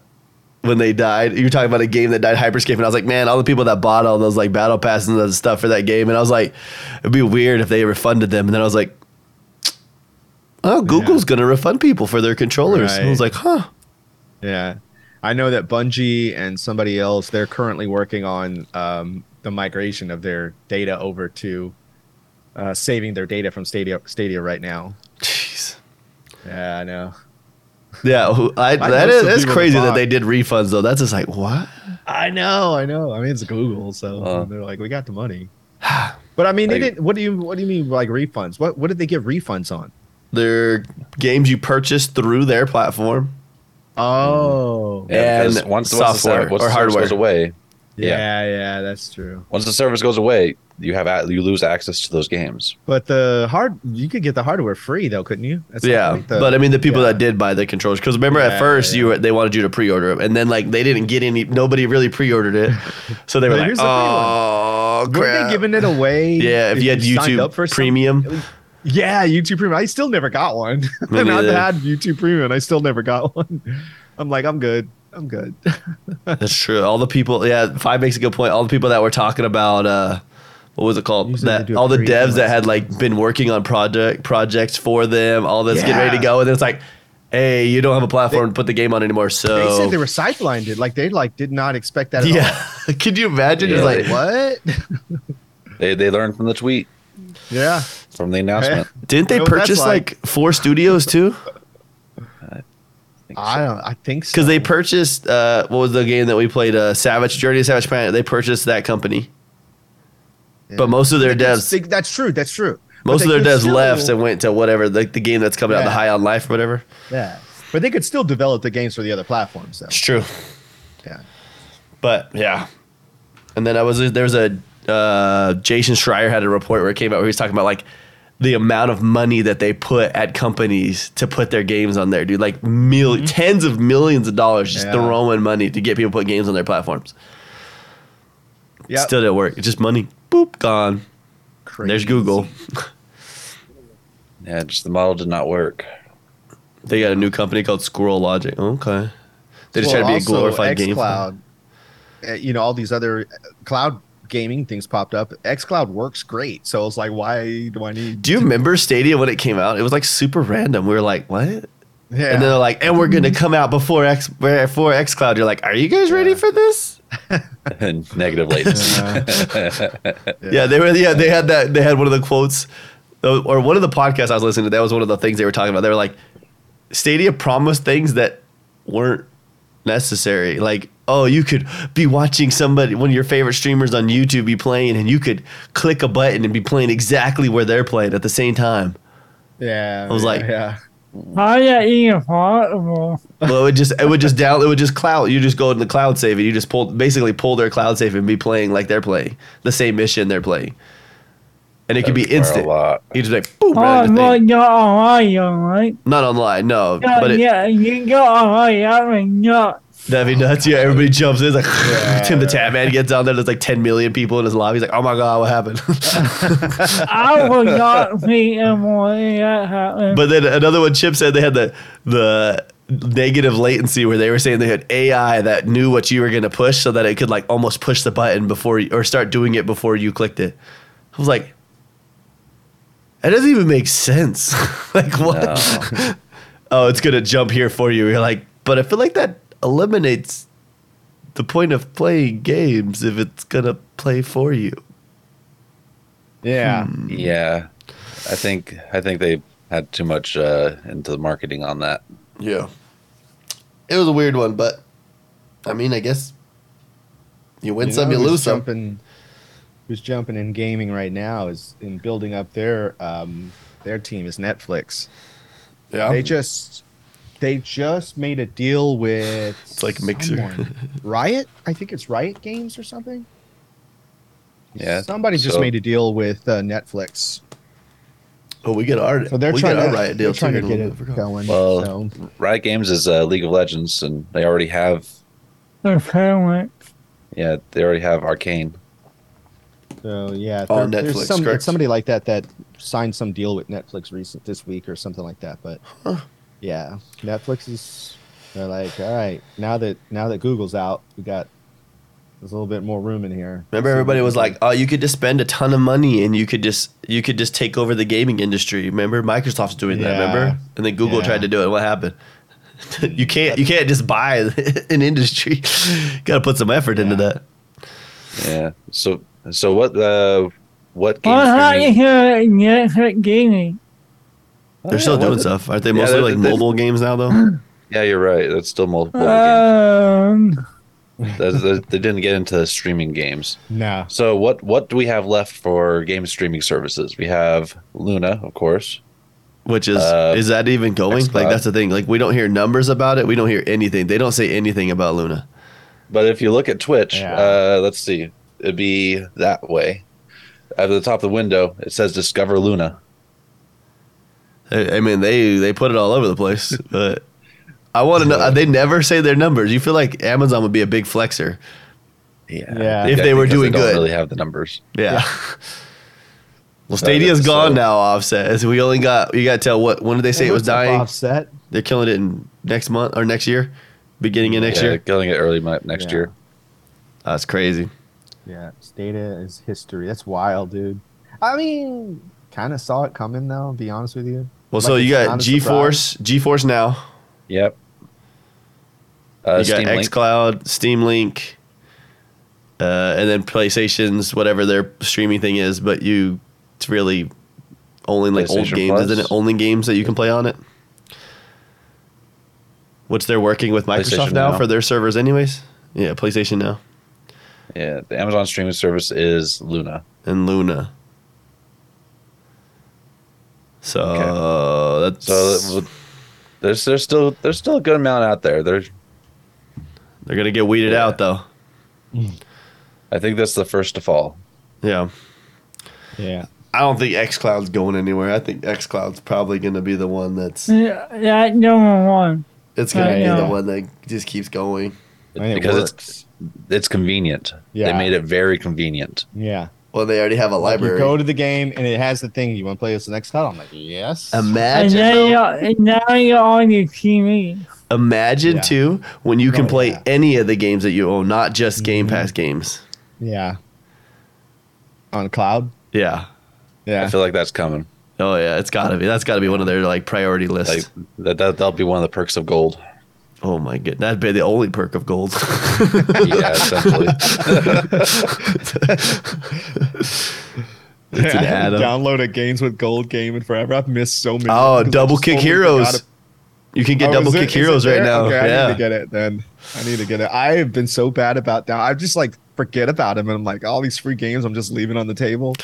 S1: when they died, you were talking about a game that died Hyperscape, and I was like, man, all the people that bought all those like battle passes and that stuff for that game, and I was like, it'd be weird if they refunded them, and then I was like, oh, Google's gonna refund people for their controllers. I was
S2: Right.
S1: like, huh,
S2: Yeah. I know that Bungie and somebody else, they're currently working on um, the migration of their data over to uh, saving their data from Stadia, Stadia right now.
S1: jeez.
S2: Yeah, I know.
S1: Yeah, who- I,
S2: know
S1: that is
S2: some
S1: that's
S2: people that
S1: crazy that
S2: bought.
S1: they did refunds though. That's just like what?
S2: I know, I know. I mean, it's Google, so
S4: Uh.
S2: they're like, we got the money. But I mean, they
S4: Like-
S2: didn't. What do you What do you mean like refunds? What What did they give refunds on?
S1: They're games you purchased through their platform. Mm.
S2: Oh, yeah,
S4: Yeah, because
S1: And
S4: once, once the ser-
S1: software
S4: once the
S1: or
S4: service
S1: hardware.
S4: goes away,
S2: yeah, that's true.
S4: once the service goes away, you have a- you lose access to those games.
S2: But the hard, you could get the hardware free though, couldn't you? That's
S1: yeah,
S2: like the-
S1: but I mean the people
S2: yeah.
S1: that did buy the controllers because remember at
S2: Yeah,
S1: first
S2: yeah.
S1: you were, they wanted you to pre-order them and then like they didn't get any nobody really pre-ordered it so they were
S2: But
S1: like
S2: here's the free one.
S1: oh
S2: Were
S1: crap
S2: they giving it away?
S1: yeah if you had
S2: signed up
S1: YouTube
S2: some-
S1: Premium
S2: Yeah, YouTube Premium. I still never got one.
S1: Me
S2: and I've
S1: neither.
S2: had YouTube Premium. and I still never got one. I'm like, I'm good. I'm good.
S1: That's true. All the people, yeah, five makes a good point. All the people that were talking about, uh, what was it called?
S2: Usually they
S1: that
S2: do a
S1: all the devs
S2: pre-release.
S1: that had like been working on project projects for them, all this getting ready to
S2: Yeah.
S1: go, and then it's like, hey, you don't have a platform to put the game on anymore. So
S2: They said they were sidelined. It like they like did not expect that. At
S1: yeah, could you imagine?
S4: Yeah,
S1: It's
S2: all.
S1: like,
S4: they-
S2: what?
S4: They they learned from the tweet
S2: yeah,
S4: from the announcement.
S1: didn't they
S2: know what that's
S1: purchase
S2: like.
S1: like four studios too?
S2: I don't. I think so.
S1: Because they purchased uh, what was the game that we played? Uh, Savage Journey to Savage Planet. They purchased that company,
S2: Yeah.
S1: but most of their
S2: That's-
S1: devs,
S2: they- that's true. That's true. But
S1: most of
S2: they
S1: their
S2: could
S1: devs
S2: still-
S1: left and went to whatever like the game that's coming out, the
S2: Yeah.
S1: High on Life or whatever.
S2: yeah, but they could still develop the games for the other platforms. Though.
S1: It's true.
S2: Yeah.
S1: But yeah. And then I was there was a uh, Jason Schreier had a report where it came out where he was talking about like the amount of money that they put at companies to put their games on there, dude. Like 1000000s tens of millions of dollars just
S2: Mm-hmm. Yeah.
S1: throwing money to get people to put games on their platforms.
S2: Yeah.
S1: Still didn't work. It's just money. Boop, gone. There's Google.
S4: Yeah, just the model did not work.
S1: They got a new company called Squirrel Logic. Okay. They just
S2: Well,
S1: try to be a
S2: also,
S1: glorified game.
S2: xCloud, uh, you know, all these other uh, cloud gaming things popped up. XCloud works great, so it's like, why do I need?
S1: Do you remember Stadia when it came out? It was like super random. We were like, what?
S2: Yeah.
S1: And then they're like, and we're gonna come out before X before X Cloud. You're like, are you guys ready
S2: Yeah.
S1: for this?
S4: and negative latency.
S1: Yeah. they were. Yeah, they had that. They had one of the quotes, uh, or one of the podcasts I was listening to. That was one of the things they were talking about. They were like, Stadia promised things that weren't necessary. Like, oh, you could be watching somebody, one of your favorite streamers on YouTube, be playing, and you could click a button and be playing exactly where they're playing at the same time.
S2: yeah,
S1: I was
S2: yeah,
S1: like-
S2: yeah,
S3: How is that even possible?
S1: Well, it would just it would just down it would just cloud. You just go in the cloud save and you just pull basically pull their cloud save and be playing like they're playing the same mission they're playing, and it could be
S4: That would require
S1: instant.
S4: A lot.
S1: You just like boom, right
S3: Oh,
S1: on the
S3: no,
S1: thing.
S3: you're online, right?
S1: not online, no,
S3: Yeah,
S1: but it,
S3: yeah, you go online, I mean, no.
S1: that'd be nuts. Yeah, everybody jumps in. It's like
S2: Yeah.
S1: Tim the Tap Man gets on there. There's like 10 million people in his lobby. He's like, oh my god, what happened?
S3: I will not be in one that happened.
S1: But then another one, Chip said they had the the negative latency where they were saying they had AI that knew what you were going to push, so that it could like almost push the button before you, or start doing it before you clicked it. I was like, that doesn't even make sense. like what?
S4: No.
S1: oh, it's going to jump here for you. You're like, but I feel like that eliminates the point of playing games if it's going to play for you.
S2: yeah.
S1: hmm.
S3: Mm.
S4: Yeah, I think I think they had too much uh, into the marketing on that.
S1: Yeah. It was a weird one, but I mean, I guess you win some,
S2: know
S1: you
S2: who's
S1: lose some.
S2: Jumping, who's jumping in gaming right now is in building up their um, their team is Netflix.
S1: Yeah.
S2: They just they just made a deal with
S1: It's like Mixer.
S2: someone. Riot. I think it's Riot Games or something.
S4: Yeah,
S2: somebody just
S4: so-
S2: made a deal with uh, Netflix,
S1: oh, we get our
S2: so they're
S1: we
S2: trying
S1: get our
S2: to
S1: riot deal
S2: they're trying
S1: too.
S2: to
S1: in a
S2: get
S1: little bit.
S2: it going.
S4: Well,
S2: so.
S4: Riot Games is uh, League of Legends, and they already have
S3: The parent.
S4: yeah they already have Arcane.
S2: So yeah,
S1: On
S2: there-
S1: Netflix,
S2: there's some,
S1: correct?
S2: it's somebody like that that signed some deal with Netflix recent this week or something like that. But yeah, Netflix is they're like, all right, now that now that Google's out, we got there's a little bit more room in here.
S1: Remember,
S2: So we
S1: everybody
S2: can
S1: was
S2: do-
S1: like, "Oh, you could just spend a ton of money and you could just you could just take over the gaming industry." Remember, Microsoft's doing that.
S2: Yeah.
S1: Remember, and then Google
S2: Yeah.
S1: tried to do it. What happened? you can't you can't just buy an industry. Got to put some effort into
S2: Yeah.
S1: that.
S4: Yeah, so so what uh, what game?
S3: Well, how you
S4: streaming-
S3: hear Netflix gaming?
S4: Oh,
S1: They're
S4: yeah,
S1: still
S4: well,
S1: doing
S4: that-
S1: stuff, aren't they?
S4: Yeah,
S1: Mostly
S4: they're-
S1: like
S4: they're-
S1: mobile games now, though.
S4: Yeah, you're right. That's still multiple. games.
S3: Um,
S4: That's- that- they didn't get into streaming games.
S2: nah,
S4: So what what do we have left for game streaming services? We have Luna, of course.
S1: Which is
S4: Uh,
S1: is that even going?
S4: Xcloud.
S1: Like that's the thing. Like we don't hear numbers about it. We don't hear anything. They don't say anything about Luna.
S4: But if you look at Twitch,
S2: Yeah.
S4: uh, let's see, it'd be that way. At the top of the window, it says "Discover Luna."
S1: I, I mean, they they put it all over the place. But I want to know. They never say their numbers. You feel like Amazon would be a big flexer.
S4: Yeah,
S2: Yeah.
S1: If they were
S4: because
S1: doing
S4: don't
S1: good.
S4: really have the numbers.
S1: Yeah.
S2: Yeah.
S1: well, Stadia's
S4: so-
S1: gone now. Offset. As we only got you got to tell what when did they say it was
S2: What's up,
S1: dying?
S2: Offset.
S1: They're killing it in next month or next year. beginning of next
S4: yeah,
S1: year.
S4: Getting it early mi- next
S5: Yeah.
S4: year.
S1: That's crazy.
S5: Yeah, it's data is history. That's wild, dude. I mean, kind of saw it coming though. to Be honest with you.
S1: Well,
S5: Like,
S1: so you
S5: it's not
S1: got
S5: a
S1: GeForce, GeForce now.
S4: Yep. Uh,
S1: you
S4: Steam
S1: got
S4: Link.
S1: XCloud, Steam Link, uh, and then PlayStation's whatever their streaming thing is. But you, it's really only like old
S4: PlayStation
S1: games,
S4: Plus?
S1: isn't it? Only games that you can play on it. Which they're working with Microsoft
S4: PlayStation
S1: now,
S4: Now.
S1: for their servers, anyways. Yeah, PlayStation now
S4: yeah, the Amazon streaming service is Luna.
S1: and Luna. So that's
S4: So that would- there's there's still there's still a good amount out there. There's
S1: they're gonna get weeded
S4: Yeah.
S1: out though.
S4: I think that's the first to fall.
S1: Yeah.
S5: Yeah.
S1: I don't think XCloud's going anywhere. I think XCloud's probably going to be the one
S3: Hmm.
S1: that's
S3: Yeah, that number one.
S1: it's going to
S3: Right,
S1: be the
S3: yeah.
S1: one that just keeps going.
S5: I mean, it
S4: because
S5: works.
S4: it's it's convenient.
S5: Yeah.
S4: They made it very convenient.
S5: Yeah.
S1: Well, they already have a
S5: Like, you
S1: library.
S5: go to the game and it has the thing. You want to play this next title? I'm like, yes.
S3: And
S1: imagine,
S3: now, you're, and now you're on your TV.
S1: imagine
S5: Yeah.
S1: too when you can
S5: Oh,
S1: play
S5: yeah. Mm-hmm.
S1: any of the games that you own, not just Game Pass games.
S5: yeah. On cloud.
S1: Yeah.
S5: Yeah.
S4: I feel like that's coming.
S1: Oh yeah, it's got to be. That's got to be one of their like priority lists.
S4: Like that, that that'll be one of the perks of gold.
S1: oh my god, that'd be the only perk of gold.
S4: yeah, essentially.
S1: It's an add-on.
S5: Download a games with gold game and forever. I've missed so many.
S1: oh,
S5: 'cause I
S1: double
S5: just
S1: kick
S5: totally
S1: heroes.
S5: forgot
S1: You can get
S5: Oh,
S1: double
S5: is it-
S1: kick
S5: is it
S1: heroes right
S5: there?
S1: now.
S5: Okay,
S1: yeah.
S5: I need to get it then. I need to get it. I have been so bad about that. I just like forget about him, and I'm like, all these free games, I'm just leaving on the table.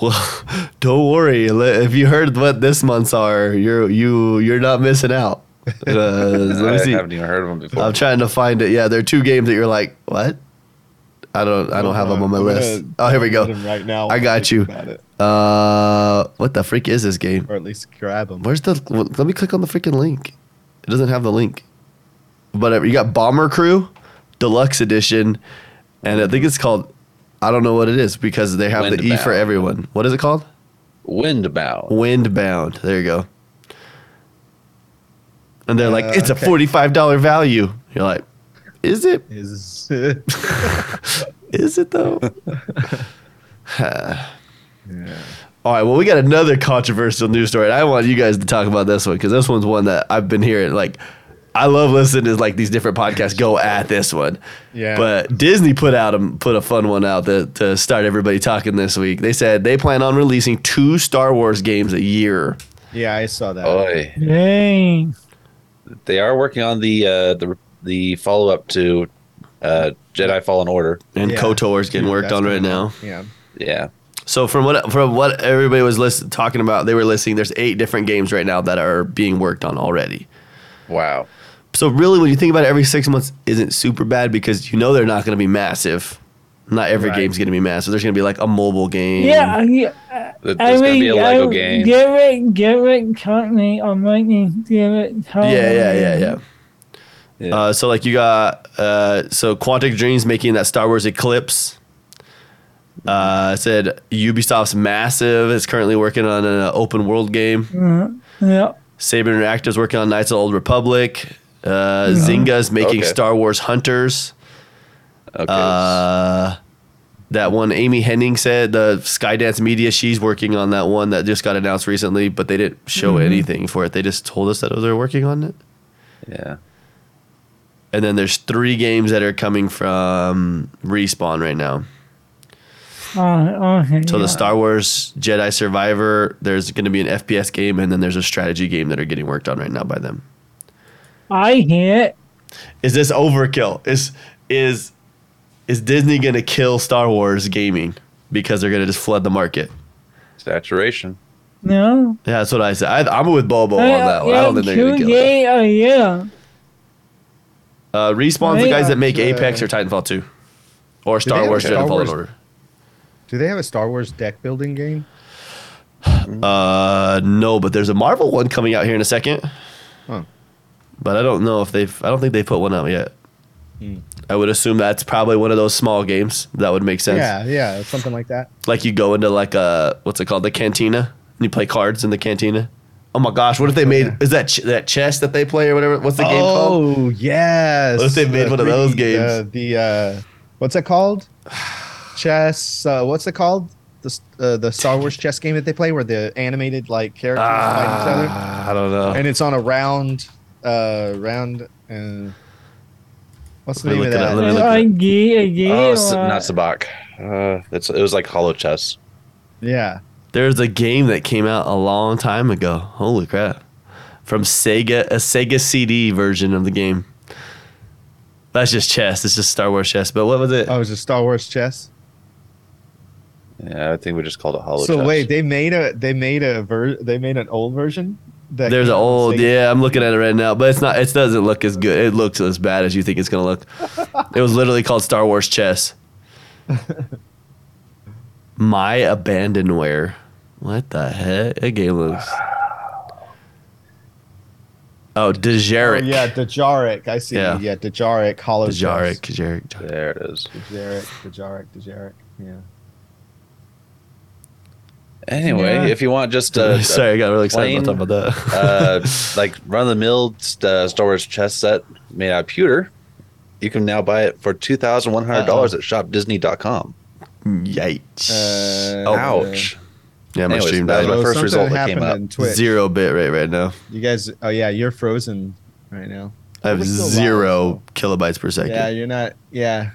S1: Well, don't worry. Let- If you heard what this month's are, you're you you're not missing out. Uh, let
S4: I
S1: me see.
S4: haven't even heard of them before.
S1: I'm trying to find it. Yeah, there are two games that you're like, what? I don't I don't have them on
S2: Uh,
S1: my
S5: I'm gonna
S1: list. Oh, here we
S5: download
S1: go.
S5: him Right now,
S1: I got you.
S5: Think about it.
S1: Uh, what the freak is this game?
S5: or at least grab him.
S1: Where's the? Let me click on the freaking link. It doesn't have the link. Whatever. You got Bomber Crew, Deluxe Edition, and I think it's called. I don't know what it is because they have the E for
S4: Windbound.
S1: everyone. What is it called?
S4: Windbound.
S1: Windbound. There you go. And they're like,
S5: Uh,
S1: it's
S5: okay.
S1: a forty-five dollar value. You're like, is it?
S5: Is
S1: Is it though?
S5: yeah.
S1: All right. Well, we got another controversial news story. And I want you guys to talk about this one because this one's one that I've been hearing. Like, I love listening to like these different podcasts go at this one.
S5: Yeah.
S1: But Disney put out a, put a fun one out that, to start everybody talking this week. They said they plan on releasing two Star Wars games a year.
S5: yeah, I saw that.
S4: Boy,
S3: Dang.
S4: they are working on the uh, the the follow up to uh, Jedi Fallen Order.
S1: And
S5: Yeah.
S1: KOTOR's getting
S5: Dude,
S1: worked
S5: that's
S1: on right
S5: gonna-
S1: now.
S5: Yeah,
S4: Yeah,
S1: So from what from what everybody was list, talking about, they were listing there's eight different games right now that are being worked on already.
S4: wow.
S1: So really, when you think about it, every six months isn't super bad because you know they're not going to be massive. Not every
S5: Right.
S1: game's going to be massive. There's going to be like a mobile game.
S3: Yeah, yeah.
S4: Th-
S3: I
S4: There's gonna
S3: mean,
S4: be a
S3: I,
S4: Lego game.
S3: give it, give it company. I'm making give it company.
S1: Yeah, yeah, yeah, yeah.
S4: Yeah.
S1: Uh, so like you got uh, so Quantic Dreams making that Star Wars Eclipse. Uh, it said Ubisoft's massive is currently working on an open world game.
S3: Yeah.
S1: Saber Interactive's working on Knights of the Old Republic. Uh, Zynga's making
S4: Okay.
S1: Star Wars Hunters.
S4: okay.
S1: Uh, that one Amy Henning said the Skydance Media. She's working on that one that just got announced recently, but they didn't show anything for it. They just told us that they were working on it.
S4: yeah.
S1: And then there's three games that are coming from Respawn right now.
S3: Oh, okay.
S1: So
S3: yeah.
S1: the Star Wars Jedi Survivor, there's going to be an FPS game, and then there's a strategy game that are getting worked on right now by them.
S3: I hear it.
S1: Is this overkill? Is is is Disney going to kill Star Wars gaming because they're going to just flood the market?
S4: Saturation.
S3: No.
S1: Yeah, that's what I said. I, I'm with Bobo on
S3: Yeah,
S1: that one. I don't
S3: yeah,
S1: think they're gonna
S3: two
S1: kill it.
S3: gay, uh, yeah.
S1: Uh, Respawn's the
S3: They
S1: guys
S3: are
S1: that make
S5: the-
S1: Apex or Titanfall 2. Or
S5: they
S1: Star
S5: have
S1: Wars
S5: Star
S1: Jedi Fallen
S5: Wars-
S1: Order.
S5: Do they have a Star Wars deck building game?
S1: Uh, no, but there's a Marvel one coming out here in a second.
S5: Huh.
S1: But I don't know if they've. I don't think they put one out yet.
S5: Hmm.
S1: I would assume that's probably one of those small games that would make sense.
S5: Yeah, yeah, something like that.
S1: uh, Like you go into like a what's it called, the cantina, and you play cards in the cantina, Oh my gosh, what if they made is that ch- that chess that they play or whatever? What's the game called?
S2: oh yes.
S1: What if they made
S2: The
S1: one of those
S2: 3D,
S1: games?
S2: uh, the uh, what's that called? chess. Uh, what's it called? The s- uh, the Star Wars chess game that they play, where the animated like characters fight each other,
S1: Ah, I don't know.
S2: and it's on a round, uh, round. Uh, what's the
S1: Let me
S2: name of
S1: look it
S2: that?
S1: up, let me look
S3: I gee, I gee,
S4: Oh, S-
S3: or-
S4: not Sabak. Uh, it's, it was like Hollow Chess.
S2: Yeah.
S1: There's a game that came out a long time ago. Holy crap. From Sega, a Sega CD version of the game. That's just chess. It's just Star Wars chess. But what was it?
S2: Oh, it was a Star Wars chess.
S4: Yeah, I think we just called it Hollow
S2: So
S4: Chess.
S2: wait, they made a they made a ver- they made an old version. That
S1: There's
S2: came
S1: an
S2: out on
S1: old,
S2: Sega?
S1: yeah, I'm looking at it right now, but it's not, it doesn't look as good. It looks as bad as you think it's going to look. it was literally called Star Wars chess. My abandonware. What the heck? That game looks. Oh, Dejeric.
S2: Oh, yeah, Dajaric. I see.
S1: Yeah.
S2: Yeah, Dajaric. Hollow Chess.
S1: Dejeric. Dejeric. Dejeric.
S4: there it is.
S2: Dajaric. Dajaric. Dajaric. Yeah.
S4: Anyway,
S3: Yeah.
S4: if you want just a,
S1: Sorry, I got really excited
S4: plain,
S1: about talking about that.
S4: uh, like run of the mill uh, Star Wars chess set made out of pewter, you can now buy it for two thousand one hundred dollars at shopdisney.com.
S1: Yikes!
S2: Uh,
S1: oh,
S4: Ouch!
S1: yeah, my
S4: anyways,
S1: stream
S4: that was
S1: died.
S4: my
S2: Oh,
S4: first
S2: something
S4: result that came
S2: happened
S4: up.
S2: on Twitch.
S1: Zero bit rate right now.
S2: You guys. Oh yeah, you're frozen right now.
S1: I have
S2: We're still live,
S1: zero kilobytes per second.
S2: Yeah, you're not. Yeah.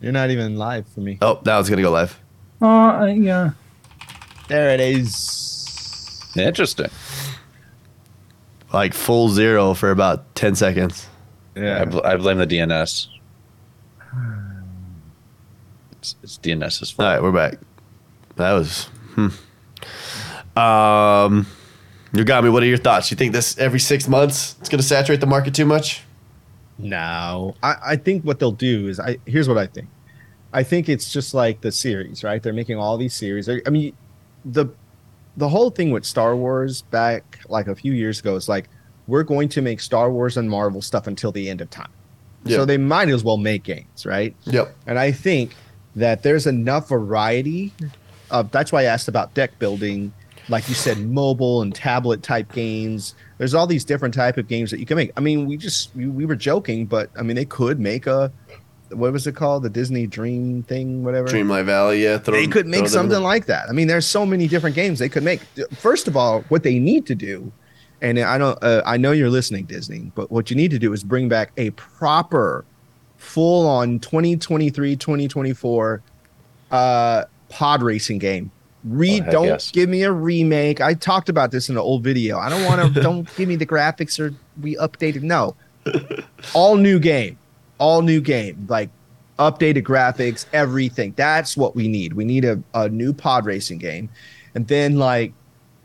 S2: You're not even live for me.
S1: oh, now it's gonna go live.
S3: Oh, yeah.
S2: There it is.
S4: Interesting.
S1: Like full zero for about ten seconds.
S4: I, bl- I blame the DNS. It's, it's DNS's
S1: All
S4: fault.
S1: right, we're back. That was. Hmm. Um, Yagami, what are your thoughts? You think this every six months it's gonna saturate the market too much?
S2: No, I, I think what they'll do is I here's what I think. I think it's just like the series, right? They're making all these series. I I mean, the the whole thing with Star Wars back like a few years ago is like we're going to make Star Wars and Marvel stuff until the end of time.
S1: Yeah.
S2: So they might as well make games, right?
S1: Yep.
S2: And I think that there's enough variety. Of, that's why I asked about deck building, like you said, mobile and tablet type games. There's all these different type of games that you can make. I mean, we just we, we were joking, but I mean, they could make a what was it called, the Disney Dream thing, whatever.
S1: Dreamlight Valley, yeah. Throw,
S2: They could
S1: throw
S2: make
S1: them-
S2: something like that. I mean, there's so many different games they could make. First of all, what they need to do, and I don't, uh, I know you're listening, Disney, but what you need to do is bring back a proper, full on 2023, 2024 uh, pod racing game. Re-
S4: Oh, heck
S2: don't
S4: yes.
S2: give me a remake. I talked about this in an old video. I don't want to. don't give me the graphics or we updated. No, all new game, all new game. Like updated graphics, everything. That's what we need. We need a, a new pod racing game. And then like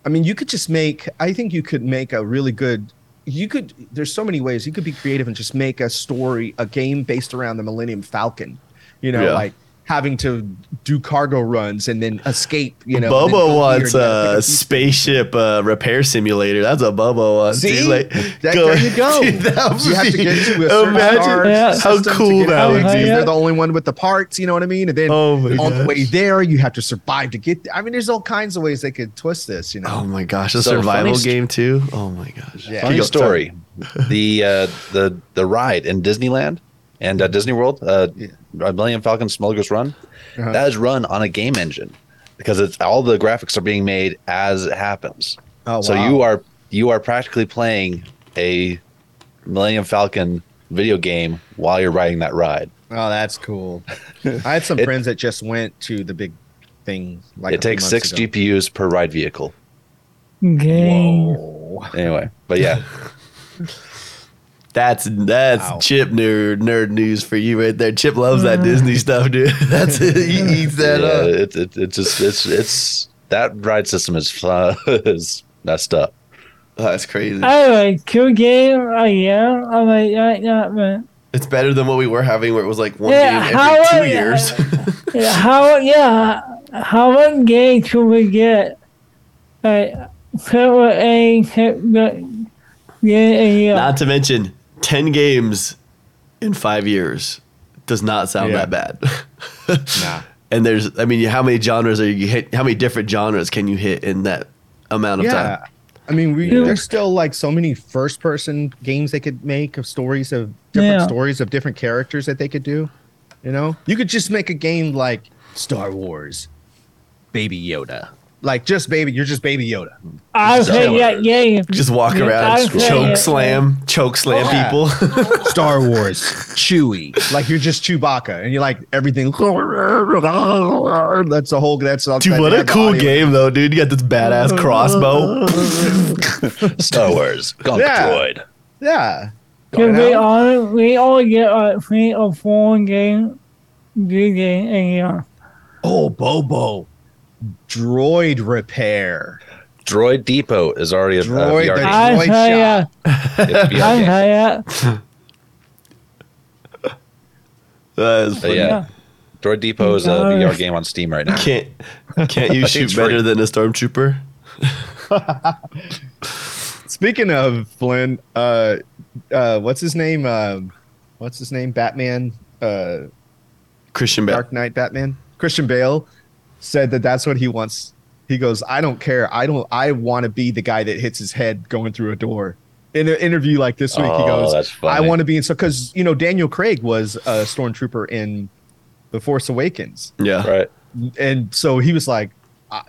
S2: I mean you could just make I think you could make a really good you could there's so many ways you could be creative and just make a story, a game based around the Millennium Falcon. You know,
S1: Yeah.
S2: like having to do cargo runs and then escape, you know. and then go
S1: Bobo
S2: here,
S1: wants
S2: you gotta pick
S1: a
S2: up these-
S1: spaceship uh, repair simulator. That's what Bobo wants.
S2: See?
S1: dude. Like,
S2: That- there you go.
S1: Dude, that would
S2: you have to
S1: be-
S2: get to a certain
S1: imagine
S2: card
S3: Yeah.
S1: how
S2: system to
S1: cool
S2: get
S1: that
S2: out.
S1: would
S3: be.
S2: They're the only one with the parts, you know what I mean? And then
S1: Oh my
S2: on the
S1: gosh.
S2: way there, you have to survive to get. There. I mean, there's all kinds of ways they could twist this, you know.
S1: Oh my gosh, a
S4: So
S1: survival
S4: funny st-
S1: game too. Oh my gosh.
S2: Yeah.
S4: Funny story. the uh, the the ride in Disneyland and uh, Disney World, uh,
S2: Yeah.
S4: Millennium Falcon Smuggler's Run,
S1: Oh,
S2: Uh-huh.
S4: that is run on a game engine because it's all the graphics are being made as it happens.
S2: Oh,
S4: so you are you are practically playing a Millennium Falcon video game while you're riding that ride.
S2: Oh, that's cool. I had some
S4: It-
S2: friends that just went to the big thing. Like
S4: it takes six
S2: G.
S4: GPUs per ride vehicle.
S3: Game.
S2: Whoa.
S4: Anyway, but yeah,
S1: That's that's
S2: Wow.
S1: chip nerd nerd news for you right there. Chip loves
S3: Mm.
S1: that Disney stuff, dude. That's it. he eats that
S4: yeah,
S2: uh,
S1: up.
S4: it, it, it just it's it's that ride system is fla- is messed up.
S1: Oh, that's crazy.
S3: I like two game a year. I like that, that, man.
S1: It's better than what we were having, where it was like one
S3: Yeah,
S1: game
S3: how
S1: every
S3: are
S1: two
S3: ya?
S1: years.
S3: Yeah, How, yeah, how much game could we get? Uh, Like, two A hit game a year.
S1: Not to mention ten games in five years does not sound
S2: Yeah.
S1: that bad.
S2: Nah.
S1: And there's, I mean, how many genres are you hit? How many different genres can you hit in that amount of
S2: Yeah.
S1: time?
S2: I mean, we,
S3: Yeah.
S2: there's still like so many first person games they could make of stories of different
S3: Yeah.
S2: stories of different characters that they could do. You know, you could just make a game like Star Wars, Baby Yoda. Like just baby, you're just Baby Yoda.
S3: I've
S4: So-
S3: heard that game.
S1: Just walk
S3: Yeah,
S1: around and
S3: I've heard
S1: choke
S3: that
S1: slam, choke slam
S2: Oh, yeah.
S1: people.
S2: Star Wars, Chewy. Like you're just Chewbacca, and you're like everything. That's the whole. That's all.
S1: Dude,
S2: that-
S1: what a
S2: that's the
S1: cool
S2: audio.
S1: game though, dude. You got this badass crossbow.
S4: Star Wars, Gunk
S2: Yeah.
S4: Droid.
S2: Yeah.
S3: Because we all we all get like three or four game, good game a year.
S2: Oh, Bobo, droid repair.
S4: Droid Depot is already a a
S2: Droid
S4: VR
S2: the-
S4: game.
S3: I've
S2: Voice
S3: heard
S4: It's a
S3: that.
S4: VR
S3: I've
S4: game.
S3: heard that.
S1: That is
S4: So,
S1: funny.
S4: yeah. Droid Depot is a
S3: No.
S4: VR game on Steam right now.
S1: Can't can't you shoot
S4: It's
S1: better
S4: free.
S1: than a stormtrooper?
S2: Speaking of Flynn, uh, uh, what's his name? Um, what's his name? Batman, uh,
S1: Christian Bale.
S2: Dark Knight Batman. Christian Bale said that that's what he wants. He goes, I don't care. I don't. I want to be the guy that hits his head going through a door. In an interview like this week, he
S4: Oh,
S2: goes,
S4: that's
S2: I
S4: funny.
S2: want to be in so because you know Daniel Craig was a stormtrooper in The Force Awakens.
S1: Yeah.
S4: Right.
S2: and so he was like, I,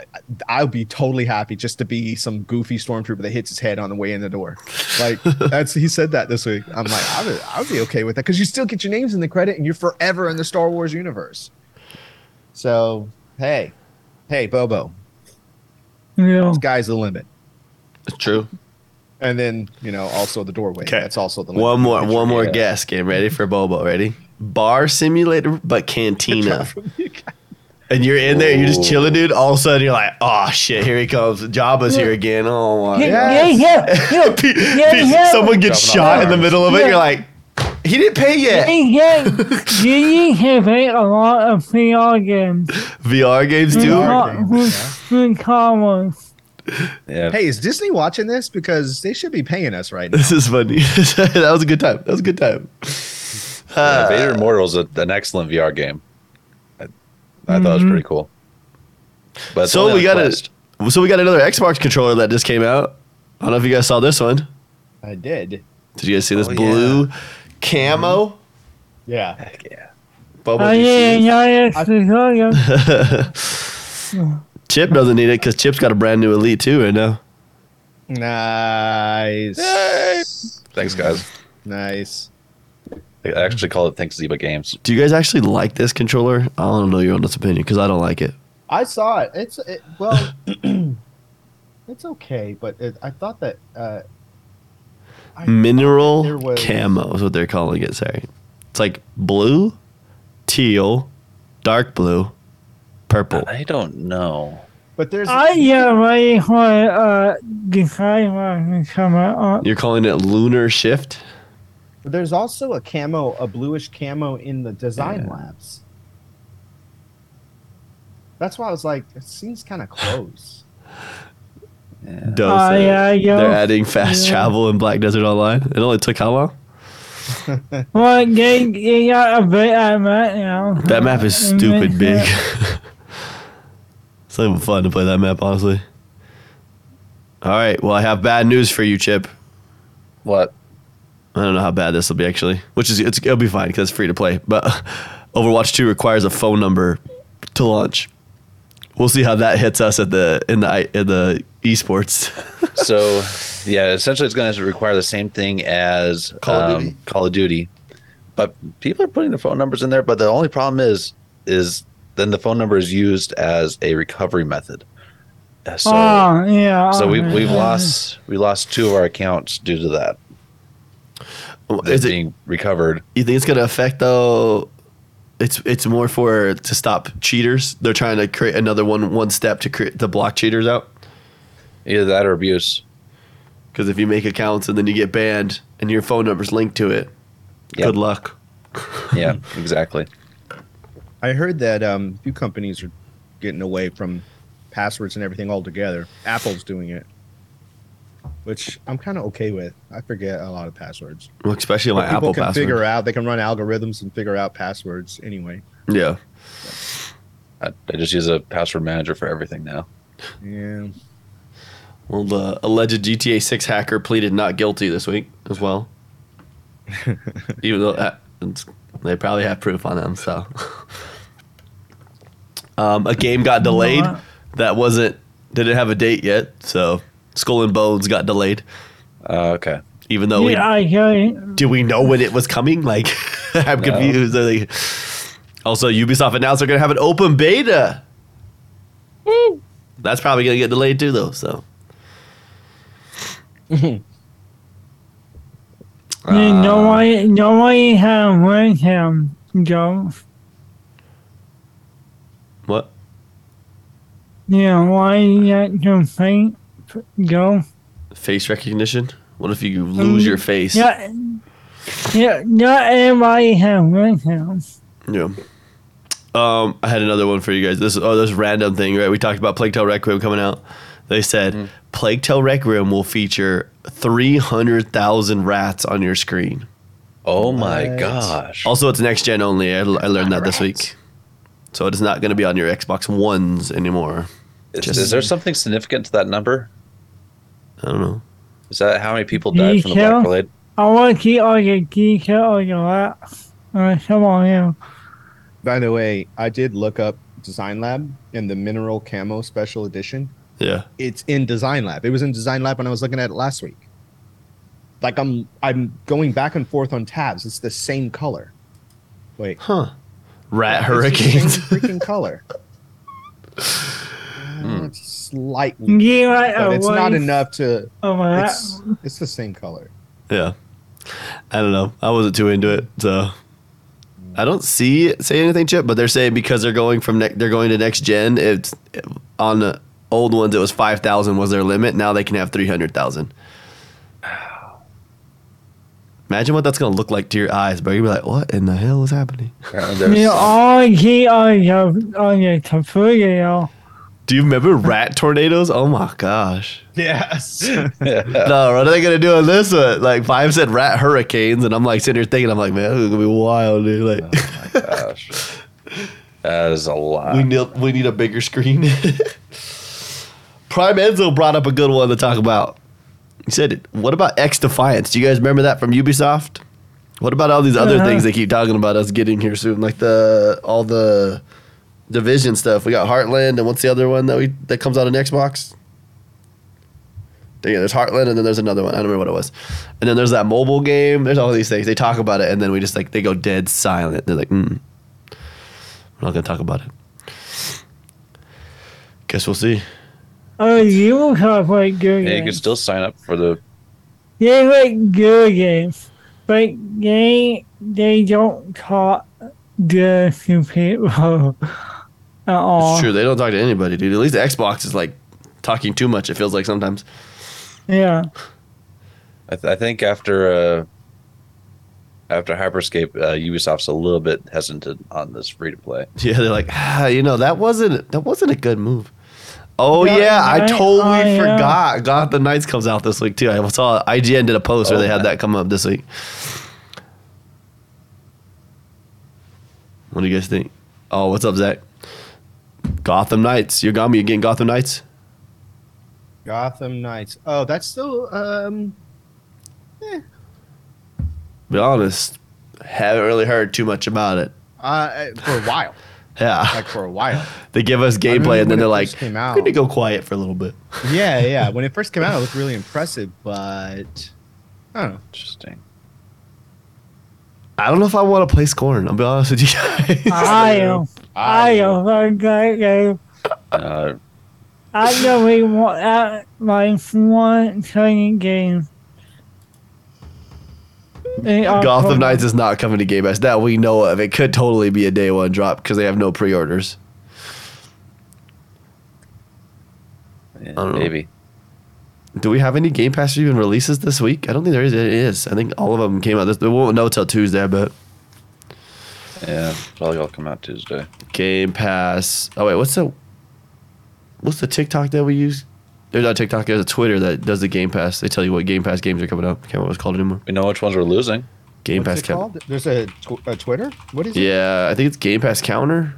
S2: "I'll be totally happy just to be some goofy stormtrooper that hits his head on the way in the door." Like that's he said that this week. I'm like, I would, I would be okay with that because you still get your names in the credit and you're forever in the Star Wars universe. So hey, hey Bobo,
S3: Yeah.
S2: sky's the limit.
S1: It's true.
S2: And then you know also the doorway.
S1: Okay.
S2: That's also the limit.
S1: One more one more
S4: Yeah.
S1: guess game. Ready for Bobo? Ready? Bar simulator, but cantina. And you're in there, you're just chilling, dude. All of a sudden, you're like, "Oh shit, here he comes! Jabba's here again!" Oh my!
S2: Yeah.
S3: Yeah, yeah, yeah, yeah.
S1: Pe-
S3: Yeah,
S1: pe-
S3: yeah.
S1: Someone gets shot in the middle of it.
S3: Yeah.
S1: You're like, "He didn't pay yet."
S3: They get, they have played a lot of VR games.
S1: VR games too.
S3: Not
S2: games,
S3: with- with commas.
S4: Yeah.
S2: Hey, is Disney watching this? Because they should be paying us right now.
S1: This is funny. that was a good time. That was a good time.
S4: yeah,
S1: Uh,
S4: Vader Immortal is a, an excellent VR game. I, I thought it was pretty cool. But it's
S1: so
S4: only
S1: we
S4: on
S1: got
S4: Quest.
S1: a, so we got another Xbox controller that just came out. I don't know if you guys saw this one.
S2: I did.
S1: Did you guys see this
S4: Oh, yeah.
S1: blue camo?
S2: Yeah.
S4: Heck yeah. Oh,
S1: Bubble
S3: I
S1: juice.
S3: didn't know this was going.
S1: Chip doesn't need it because Chip's got a brand new Elite too right now.
S2: Nice.
S4: Thanks, guys.
S2: Nice.
S4: I actually call it Thanks Zeba Games.
S1: Do you guys actually like this controller? I want to know your honest opinion because I don't like it.
S2: I saw it. It's it, well, it's okay, but it, I thought that uh, I- There
S1: Mineral
S2: was-
S1: camo is what they're calling it. Sorry, it's like blue, teal, dark blue, purple.
S4: I don't know.
S2: but there's
S3: I am waiting for uh, the timer to come out.
S1: You're calling it lunar shift.
S2: there's also a camo, a bluish camo in the design
S1: Yeah.
S2: labs. That's why I was like, it seems kind of close.
S1: Does it.
S3: I, uh,
S1: They're
S3: yo,
S1: adding fast
S3: Yeah.
S1: travel in Black Desert Online. It only took how long?
S3: well, they, they got a bit at that now.
S1: That map is
S3: And
S1: stupid big.
S3: it's,
S1: it's not even fun to play that map, honestly. All right. Well, I have bad news for you, Chip.
S4: What?
S1: I don't know how bad this will be actually, which is it's, it'll be fine because it's free to play. But Overwatch Two requires a phone number to launch. We'll see how that hits us at the in the i- in the esports.
S4: so yeah, essentially it's going to require the same thing as um,
S1: Call of Duty.
S4: Call of Duty. But people are putting their phone numbers in there. But the only problem is, is then the phone number is used as a recovery method. Uh, So,
S3: oh, yeah.
S4: so we've
S3: oh,
S4: we've
S3: yeah.
S4: lost we lost two of our accounts due to that
S1: Is
S4: They're
S1: it,
S4: being recovered.
S1: you think it's gonna affect though? It's it's more for to stop cheaters. They're trying to create another one one step to create to block cheaters out.
S4: Either that or abuse.
S1: Because if you make accounts and then you get banned and your phone number's linked to it,
S4: Yep.
S1: good luck.
S4: Yeah, exactly.
S2: I heard that um, a few companies are getting away from passwords and everything altogether. Apple's doing it, which I'm kind of okay with. I forget a lot of passwords.
S1: Well, especially my
S2: But people
S1: Apple
S2: can
S1: password.
S2: figure out they can run algorithms and figure out passwords anyway
S1: yeah.
S4: I, I just use a password manager for everything now.
S2: yeah
S1: Well, the alleged GTA 6 hacker pleaded not guilty this week as well. Even though uh, it's- they probably have proof on him, so. um, a game got delayed
S3: What?
S1: that wasn't, didn't have a date yet, so Skull and Bones got delayed.
S4: Uh, okay.
S1: Even though
S3: yeah, I hear you.
S1: we, do we know when it was coming? Like, I'm
S4: No.
S1: confused. They're like- also, Ubisoft announced they're going to have an open beta. That's probably going to get delayed too, though, so.
S3: Yeah, nobody, nobody had with him, Joe.
S1: What?
S3: Yeah, why you to faint, Joe?
S1: face recognition? What if you lose your face?
S3: Mm, Yeah, yeah, not everybody had with him.
S1: Yeah. Um, I had another one for you guys. This oh, this random thing, right? We talked about Plague Tale Requiem coming out. They said Plague Tale Requiem will feature three hundred thousand rats on your screen.
S4: Oh my
S2: What?
S4: gosh.
S1: Also, it's next gen only. I, I learned that this week, so it is not going to be on your Xbox Ones anymore.
S4: Is,
S1: just-
S4: is there something significant to that number?
S1: I don't know.
S4: Is that how many people
S3: You
S4: died from the
S3: kill?
S4: Black Parade?
S3: I want to keep all your detail on your lap. Uh, come on, yeah.
S2: By the way, I did look up Design Lab and the Mineral Camo Special Edition.
S1: Yeah,
S2: It's in Design Lab. It was in Design Lab when I was looking at it last week. Like I'm I'm going back and forth on tabs. It's the same color. Wait.
S1: huh? Rat
S2: It's the
S1: hurricanes.
S2: same freaking color. Uh, it's slightly,
S3: Give it
S2: but
S3: a
S2: it's not
S3: wave
S2: enough to.
S3: Of a rat.
S2: It's, it's the same color.
S1: Yeah. I don't know. I wasn't too into it, so I don't see it say anything, Chip. But they're saying because they're going from ne- they're going to next gen. It's on the old ones. It was five thousand was their limit. Now they can have three hundred thousand. Imagine what that's gonna look like to your eyes, bro. You'll be like, "What in the hell is happening?"
S4: Apparently there's
S3: uh, You
S4: some-
S3: all keep on your on your computer, yo.
S1: Do you remember rat tornadoes? Oh my gosh!
S2: Yes.
S1: No, what are they gonna do on this one? Like five said rat hurricanes, and I'm like sitting here thinking, I'm like, man, this is gonna be wild, dude. Like,
S4: gosh. That is a lot.
S1: We need we need a bigger screen. Prime Enzo brought up a good one to talk about. He said, "What about X Defiance? Do you guys remember that from Ubisoft? What about all these other
S3: Uh-huh.
S1: things they keep talking about us getting here soon, like the all the division stuff? We got Heartland, and what's the other one that we that comes out on Xbox? Yeah, there's Heartland, and then there's another one. I don't remember what it was. And then there's that mobile game. There's all these things they talk about it, and then we just like they go dead silent. They're like, mm, we're not gonna talk about it. Guess we'll see.
S3: Oh, you will have like good
S4: Yeah, you can
S3: games.
S4: still sign up for the.
S3: They like good games, but they they don't talk good to people at all.
S1: It's true. They don't talk to anybody, dude. At least the Xbox is like talking too much. It feels like sometimes.
S3: Yeah.
S4: I, th- I think after uh, after Hyperscape, uh, Ubisoft's a little bit hesitant on this free to play.
S1: Yeah, they're like, ah, you know, that wasn't that wasn't a good move. Oh
S3: Yeah,
S1: yeah, I
S3: right.
S1: totally
S3: Oh, yeah.
S1: forgot. God, the Knights comes out this week too. I saw IGN did a post where
S4: Oh,
S1: they had
S4: man.
S1: that come up this week. What do you guys think? Oh, what's up, Zach? Gotham Knights. Yogami, you getting Gotham Knights?
S2: Gotham Knights. Oh, that's still um.
S1: Be honest, haven't really heard too much about it.
S2: Uh, for a while,
S1: Yeah.
S2: like for a while.
S1: They give us
S2: I remember
S1: gameplay and
S2: when
S1: then they're
S2: it
S1: like,
S2: first
S1: we're
S2: came
S1: going to go
S2: out.
S1: quiet for a little bit.
S2: Yeah, yeah. When it first came out, it looked really impressive, but I don't know.
S4: Interesting.
S1: I don't know if I want to play Scorn. I'll be honest with you guys.
S2: Uh,
S3: I am. I uh, am a great game.
S4: Uh,
S3: I know we want that my one training game. They are
S1: Gotham
S3: cool.
S1: Knights is not coming to Game Pass. That we know of. It could totally be a day one drop because they have no pre orders.
S4: yeah,
S1: don't know.
S4: maybe.
S1: Do we have any Game Pass even releases this week? I don't think there is. It is. I think all of them came out. This, we won't know till Tuesday, but
S4: Yeah, probably all come out Tuesday.
S1: Game Pass. Oh, wait. What's the. What's the TikTok that we use? There's not TikTok. There's a Twitter that does the Game Pass. They tell you what Game Pass games are coming out. I can't remember what it's called anymore.
S4: We know which ones we're losing.
S1: Game
S2: What's
S1: Pass
S2: it
S1: count-
S2: called? There's a, tw- a Twitter. What is
S1: Yeah, I think it's Game Pass Counter.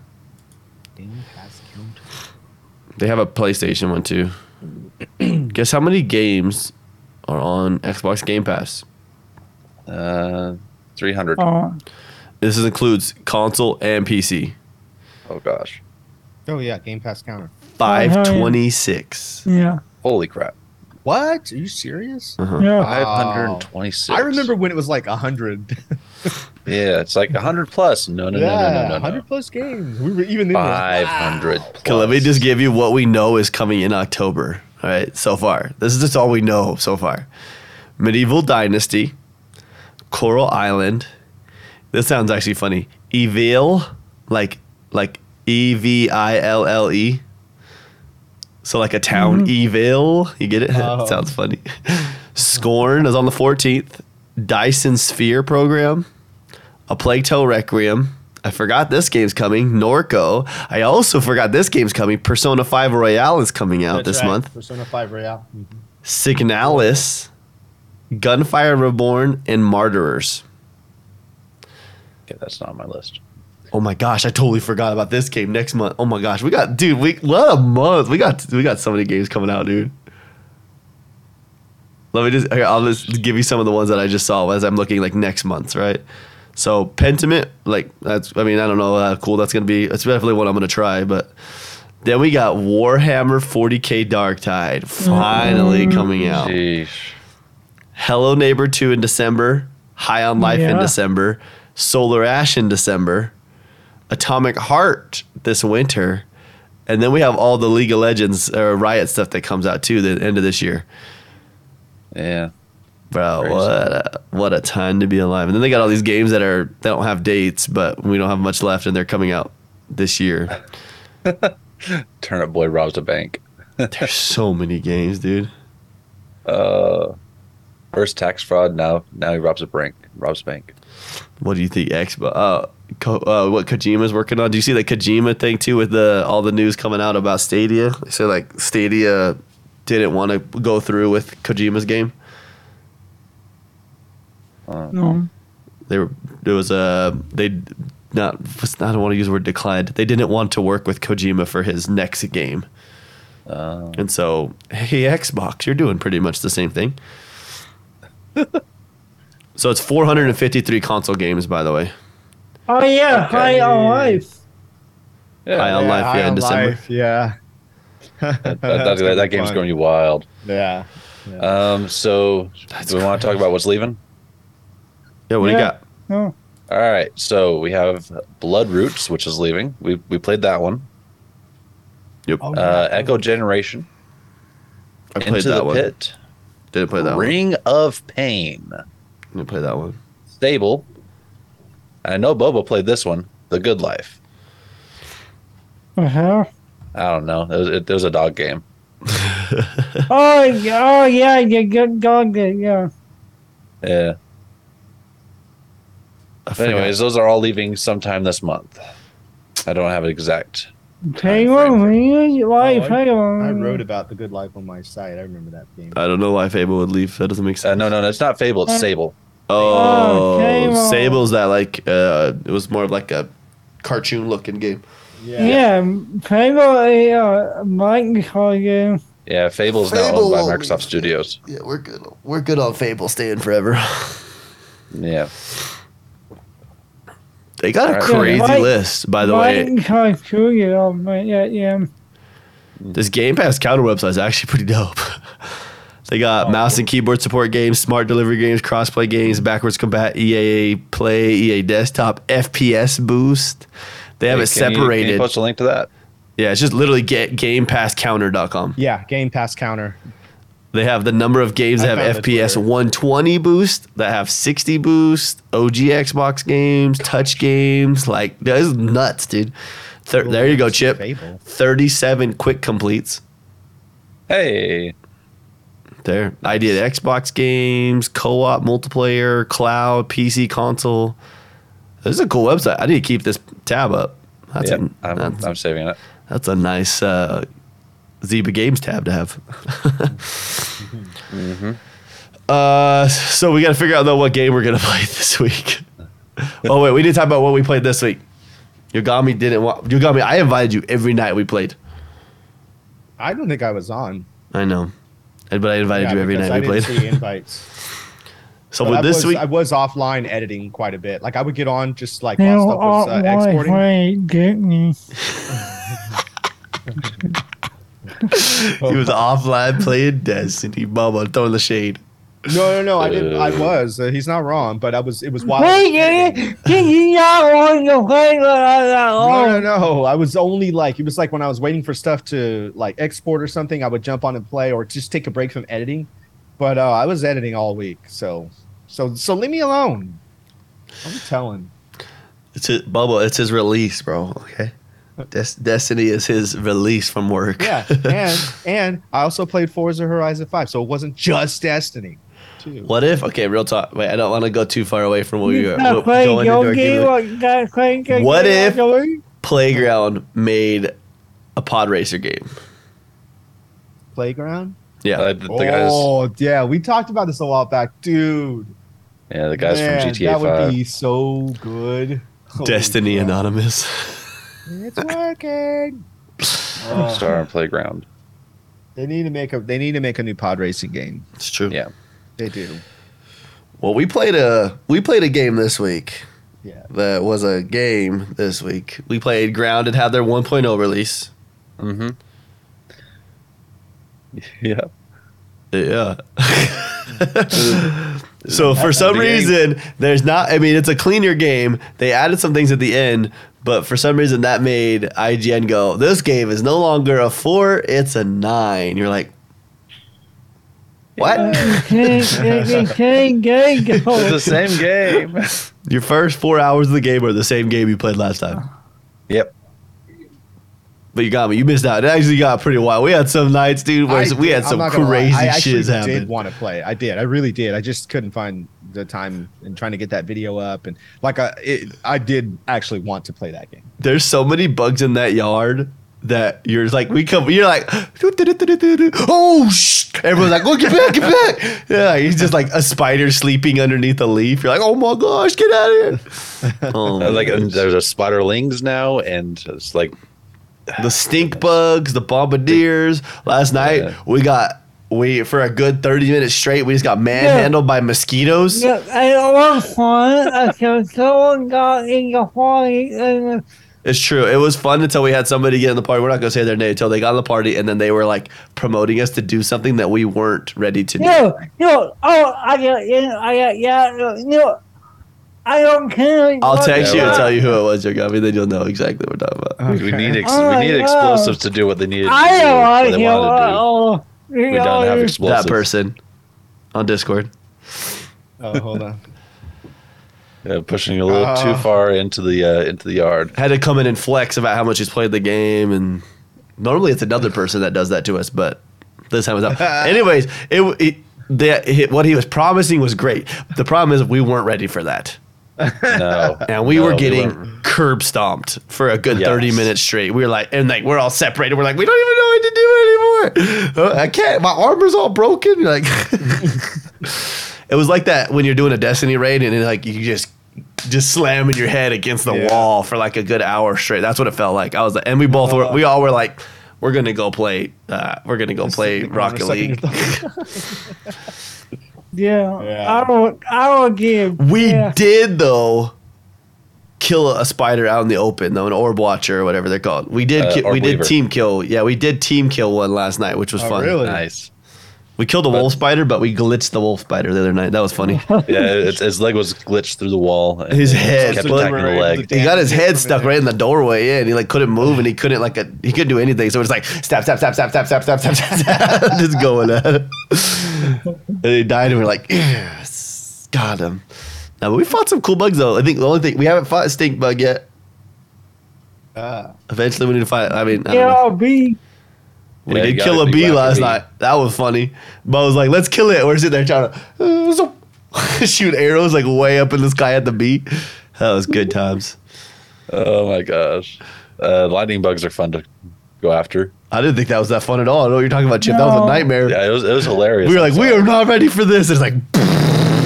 S2: it? Game Pass counter.
S1: They have a PlayStation one too. Guess how many games are on Xbox Game Pass?
S4: Uh, 300. Oh,
S3: Oh,
S1: This includes console and PC.
S4: gosh.
S2: Oh yeah, Game Pass counter.
S3: hell yeah.
S1: 526.
S3: yeah.
S4: Holy crap.
S2: What? Are you serious?
S1: Uh-huh.
S3: Yeah.
S4: 526.
S2: I remember when it was like hundred.
S4: Yeah, it's like 100 plus. No, no,
S2: yeah,
S4: no, no, no, no.
S2: hundred
S4: no.
S2: plus games. We were even in there.
S4: 500.
S1: Okay, let me just give you what we know is coming in October. All right, so far. This is just all we know so far Medieval Dynasty, Coral Island. This sounds actually funny. Evil, like like E V I L L E. So like a town, Evil. You get it?
S2: Oh.
S1: sounds funny. Scorn is on the 14th. Dyson Sphere program. A Plague Tale Requiem. I forgot this game's coming. Norco. I also forgot this game's coming. Persona 5 Royale is coming out this
S2: That's right,
S1: month.
S2: Persona Five Royale.
S1: Signalis, Gunfire Reborn, and Martyrers.
S4: Okay, that's not on my list.
S1: Oh my gosh, I totally forgot about this game next month. Oh my gosh, we got dude, we what a month. We got we got so many games coming out, dude. Let me just okay, I'll just give you some of the ones that I just saw as I'm looking like next month's, right? So Pentiment, like that's I mean, I don't know how cool that's gonna be. It's definitely one I'm gonna try, but then we got Warhammer 40k Darktide finally coming out.
S4: Sheesh.
S1: Hello Neighbor 2 in December, High on Life in
S3: Yeah.
S1: December, Solar Ash in December, Atomic Heart this winter, and then we have all the League of Legends or Riot stuff that comes out too the end of this year.
S4: Yeah.
S1: Bro,
S4: Crazy.
S1: what a, what a time to be alive. And then they got all these games that are that don't have dates, but we don't have much left and they're coming out this year.
S4: Turnip Boy robs a bank.
S1: There's so many games, dude.
S4: Uh, first tax fraud. Now, now he robs a bank. Robs a bank.
S1: What do you think Xbox uh, Ko, uh what Kojima's working on? Do you see that Kojima thing too with the all the news coming out about Stadia? So like Stadia didn't want to go through with Kojima's game.
S4: Uh,
S3: No.
S1: They were there was a they not I don't want to use the word declined. They didn't want to work with Kojima for his next game.
S4: uh,
S1: And so, hey Xbox, you're doing pretty much the same thing. so it's 453 console games by the way.
S3: Oh yeah,
S4: Okay.
S3: high on life.
S4: yeah,
S1: I-
S4: that,
S1: on Life, yeah, in
S2: on
S1: December.
S2: Life, yeah.
S4: that, that, that, game's going to be wild.
S2: Yeah.
S4: Um, so
S1: That's
S4: do we want to talk about what's leaving?
S1: Yeah, what do you
S3: Yeah.
S1: got?
S3: No.
S4: All right. So we have Blood Roots, which is leaving. We we played that one.
S1: Yep.
S2: Oh,
S4: Uh, Echo Generation.
S1: I played
S4: Into
S1: that
S4: the
S1: one.
S4: Pit.
S1: Didn't play that one.
S4: Ring of Pain.
S1: Didn't play that one.
S4: Stable. I know Bobo played this one. The Good Life.
S3: The hell?
S4: I don't know. It was, it, it was a dog game.
S3: Oh, yeah, oh yeah, you good dog. Yeah.
S4: Yeah. But anyways, those are all leaving sometime this month. I don't have an exact.
S3: Taylor, why
S2: Oh, I-
S3: Taylor?
S2: I wrote about the good life on my site. I remember that game.
S1: I don't know why Fable would leave. That doesn't make sense.
S4: Uh, no, no, no. It's not Fable. It's Sable.
S1: Oh,
S3: Oh, Fable.
S1: Sable's that like uh, it was more of like a cartoon looking game.
S3: Yeah, Taylor, uh, Mike called you.
S4: Yeah, Fable's now owned by
S1: Fable.
S4: Microsoft Studios.
S1: Yeah, we're good. We're good on Fable staying forever.
S4: Yeah.
S1: they got a
S4: Alright.
S1: crazy
S3: Yeah, Mike-
S1: list, by the way.
S3: Mike called you. Oh, my- yeah, yeah.
S1: This Game Pass counter website is actually pretty dope. they
S4: Oh.
S1: got mouse and keyboard support games, smart delivery games, crossplay games, backwards combat, EA Play, EA Desktop, FPS Boost. They have
S4: Hey,
S1: it
S4: can you-
S1: separated.
S4: can you post a link to that?
S1: yeah, it's just literally get gamepasscounter.com.
S2: Yeah, Game Pass counter.
S1: They have the number of games
S2: I
S1: that have
S2: found the
S1: FPS
S2: Twitter.
S1: 120 boost, that have 60 boost, OG Xbox games, touch games. Like, that is nuts, dude. Thir- there you go, Chip.
S2: Fable.
S1: 37 quick completes.
S4: Hey.
S1: There. I did Xbox games, co op, multiplayer, cloud, PC, console. This is a cool website. I need to keep this tab up. That's,
S4: Yep,
S1: a,
S4: I'm,
S1: that's,
S4: I'm saving it.
S1: that's a nice uh, Zeba Games tab to have. Mm-hmm. Uh, so we got to figure out though what game we're gonna play this week. oh wait, we didn't talk about what we played this week. Yogami didn't want Yogami. I invited you every night we played.
S2: I don't think I was on.
S1: I know. And- But I invited
S2: Yeah,
S1: you every
S2: because
S1: night we
S2: I didn't
S1: played.
S2: see invites.
S1: So
S2: But I
S1: with this
S2: was,
S1: week,
S2: I was offline editing quite a bit. Like I would get on just like
S3: You
S2: while stuff was uh,
S3: are
S2: exporting.
S3: wait, get me.
S1: he was offline playing Destiny. Mama throwing the shade.
S2: No, no, no. I did. I was. Uh, he's not wrong, but I was. It was while. I
S3: Wait,
S2: was editing.
S3: did you not want to play with
S2: No, no,
S3: us?
S2: no. I was only like it was like when I was waiting for stuff to like export or something, I would jump on and play or just take a break from editing. But uh, I was editing all week, so so so leave me alone. I'm telling.
S1: It's his, Bubba. It's his release, bro. Okay. Des- Destiny is his release from work.
S2: Yeah, and and I also played Forza Horizon Five, so it wasn't just Destiny. Too.
S1: what if? Okay, real talk. Wait, I don't want to go too far away
S3: Oh,
S1: from where we are.
S3: Gotta
S1: We're
S3: play
S1: going into
S3: your
S1: our
S3: game,
S1: giveaway.
S3: gotta play your
S1: What
S3: game,
S1: if-
S3: gotta-
S1: Playground made a pod racer game.
S2: Playground.
S1: Yeah.
S4: Uh, the, the guys,
S2: Oh yeah, we talked about this a while back, dude.
S4: yeah, the guys
S2: Man,
S4: from
S2: That
S4: GTA
S2: would
S4: Five.
S2: be so good. Holy
S1: Destiny
S2: crap.
S1: Anonymous.
S2: It's working.
S4: Rockstar
S2: Oh.
S4: Star and Playground.
S2: They need to make a they need to make a new pod racing game.
S1: It's true.
S4: Yeah.
S2: They do.
S1: Well, we played a we played a game this week.
S2: Yeah.
S1: That was a game this week. We played Grounded had their 1.0 release.
S4: Mm-hmm. Yeah.
S1: Yeah. so for some reason, there's not. I mean, it's a cleaner game. They added some things at the end, but for some reason, that made IGN go, "This game is no longer a four; it's a nine. You're like, what?
S4: It's the same game.
S1: Your first four hours of the game are the same game you played last time.
S4: Yep.
S1: But you got me. You missed out. It actually got pretty wild. We had some nights, dude, where we had some crazy shit
S2: I actually
S1: happen.
S2: did want to play. I did. I really did. I just couldn't find the time and trying to get that video up and like I it, I did actually want to play that game.
S1: There's so many bugs in that yard that you're like, we come, you're like, oh, shh. Everyone's like, oh, get back, get back. Yeah, he's just like a spider sleeping underneath a leaf. You're like, oh my gosh, get out of here. Oh,
S4: Uh, like uh,
S1: man.
S4: there's a splatterlings now, and it's like
S1: the stink bugs, the bombardiers. Last night
S4: Yeah.
S1: we got we for a good thirty minutes straight. We just got manhandled by mosquitoes.
S3: Yeah, at one point, I said, someone got in the party and
S1: It's true. It was fun until we had somebody get in the party. We're not gonna say their name until they got in the party, and then they were like promoting us to do something that we weren't ready to do.
S3: no, no, oh, I got, you know, I got, yeah, no, no, I don't care.
S1: I'll text you
S4: Yeah.
S1: and tell you who it was, Yagami. Then you'll know exactly what we're talking about.
S4: we need ex-
S3: Oh,
S4: we need
S3: yeah.
S4: explosives to do what they needed. to
S3: I
S4: do,
S3: don't
S4: what
S3: want
S4: they
S3: to hear
S4: wanted to do.
S3: what
S4: We don't have explosives.
S1: That person on Discord.
S2: Oh, hold on.
S4: Yeah, pushing a little too
S1: Uh-huh.
S2: Ah.
S4: far into the uh, into the yard.
S1: had to come in and flex about how much he's played the game and normally it's another person that does that to us but this time it's up anyways it, it that it, what he was promising was great the problem is we weren't ready for that
S4: No,
S1: and we
S4: No,
S1: were getting
S4: weren't.
S1: curb stomped for a good
S4: Yes.
S1: 30 minutes straight we were like and like we're all separated we're like we don't even know what to do anymore Uh, i can't my armor's all broken like it was like that when you're doing a destiny raid and then like you just just slamming your head against the
S2: Yeah.
S1: wall for like a good hour straight that's what it felt like i was like and we both were we all were like we're gonna go play uh, we're gonna go play rocket league
S3: Yeah,
S2: Yeah.
S3: I will, I will give.
S1: We
S3: yeah.
S1: did though kill a spider out in the open though, an orb watcher or whatever they're called. We did
S4: Uh,
S1: ki-
S4: orb
S1: we did
S4: weaver.
S1: team kill. Yeah, we did team kill one last night, which was
S2: Oh,
S1: fun.
S2: really?
S4: nice.
S1: We killed a wolf spider, but we glitched the wolf spider the other night. That was funny.
S4: Yeah, it's, his leg was glitched through the wall. and
S1: His
S4: it just
S1: head,
S4: kept
S1: but-
S4: attacking the leg.
S1: he got his head stuck right in the doorway, yeah, and he like couldn't move and he couldn't like a, he couldn't do anything. So it was like stab, stab, stab, stab, stab, stab, stab, stab, stab, stab just going at it. and he died, and we are like, yes, got him. Now, but we fought some cool bugs though. I think the only thing we haven't fought a stink bug yet.
S2: Ah.
S1: Eventually, we need to fight. I mean, I don't
S3: Yeah,
S1: know.
S3: I'll be.
S1: we
S4: Yeah, you
S1: did
S4: gotta
S1: kill a
S4: think
S1: bee
S4: about the
S1: last
S4: bee.
S1: night. That was funny. But I was like, let's kill it. We're sitting there trying to uh, zoop, shoot arrows like way up in the sky at the bee. That was good times.
S4: Oh my gosh, uh, lightning bugs are fun to go after.
S1: I didn't think that was that fun at all. I know what you're talking about, Chip. That was a
S3: No.
S1: nightmare.
S4: Yeah, it was it was hilarious.
S1: we were like,
S4: I'm
S1: we
S4: sorry.
S1: are not ready for this. It's like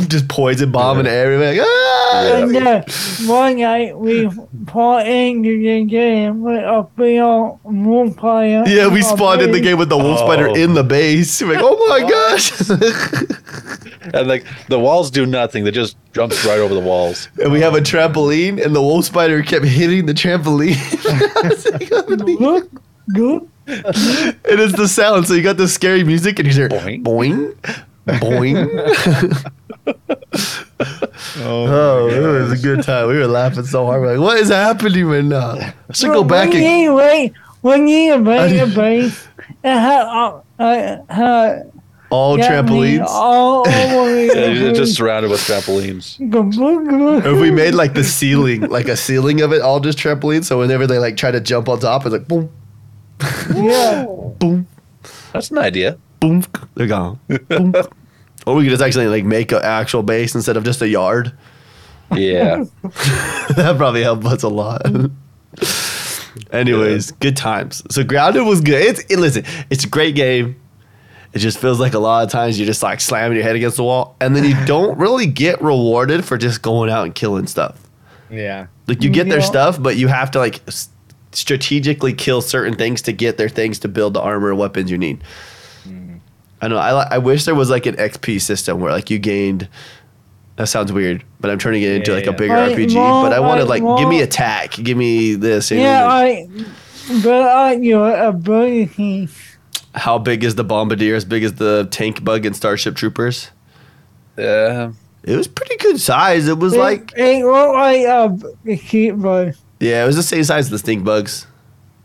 S1: just poison bombing everybody. Like, ah!
S3: And then one night we put into the game with a real moon player.
S1: Yeah, we spawned in the game with the wolf spider
S4: Oh.
S1: in the base. We're like, oh my gosh!
S4: and like the walls do nothing. They just jumps right over the walls.
S1: and we have a trampoline, and the wolf spider kept hitting the trampoline.
S3: Look, look.
S1: it is the sound, so you got the scary music, and you hear
S4: Boing.
S1: boing, boing.
S5: Oh,
S1: oh, it was a good time. We were laughing so hard. We're like, what is happening right now? I should go back
S3: when
S1: and.
S3: you wait, when you break a base, it had all, uh, had
S1: All
S3: got me
S1: trampolines.
S3: all over me.
S4: Yeah, you're just surrounded with trampolines.
S3: Glug, glug, glug.
S1: Or if we made like the ceiling, like a ceiling of it, all just trampolines. So whenever they like try to jump on top, it's like boom,
S3: yeah.
S1: boom,
S4: That's an idea.
S1: boom. They're gone. Boom. or we could just actually like make an actual base instead of just a yard.
S4: Yeah.
S1: that probably helped us a lot. Anyways, good times. So grounded was good. It's it, listen, it's a great game. It just feels like a lot of times you're just like slamming your head against the wall, and then you don't really get rewarded for just going out and killing stuff.
S2: Yeah.
S1: Like you get their
S3: Yeah.
S1: stuff, but you have to like s- strategically kill certain things to get their things to build the armor and weapons you need. I know. I li- I wish there was like an XP system where like you gained. That sounds weird, but I'm trying to get into
S2: Yeah,
S1: like
S2: yeah.
S1: a bigger
S3: Right,
S1: RPG.
S3: well,
S1: but I want to
S3: right,
S1: like give me
S3: well-
S1: attack, give me this. you know,
S3: Yeah,
S1: like,
S3: I. But I, your ability.
S1: how big is the bombardier? As big as the tank bug in Starship Troopers?
S4: Uh,
S1: It was pretty good size. It was
S3: It-
S1: like
S3: It looked like a b- keyboard.
S1: yeah, it was the same size as the stink bugs.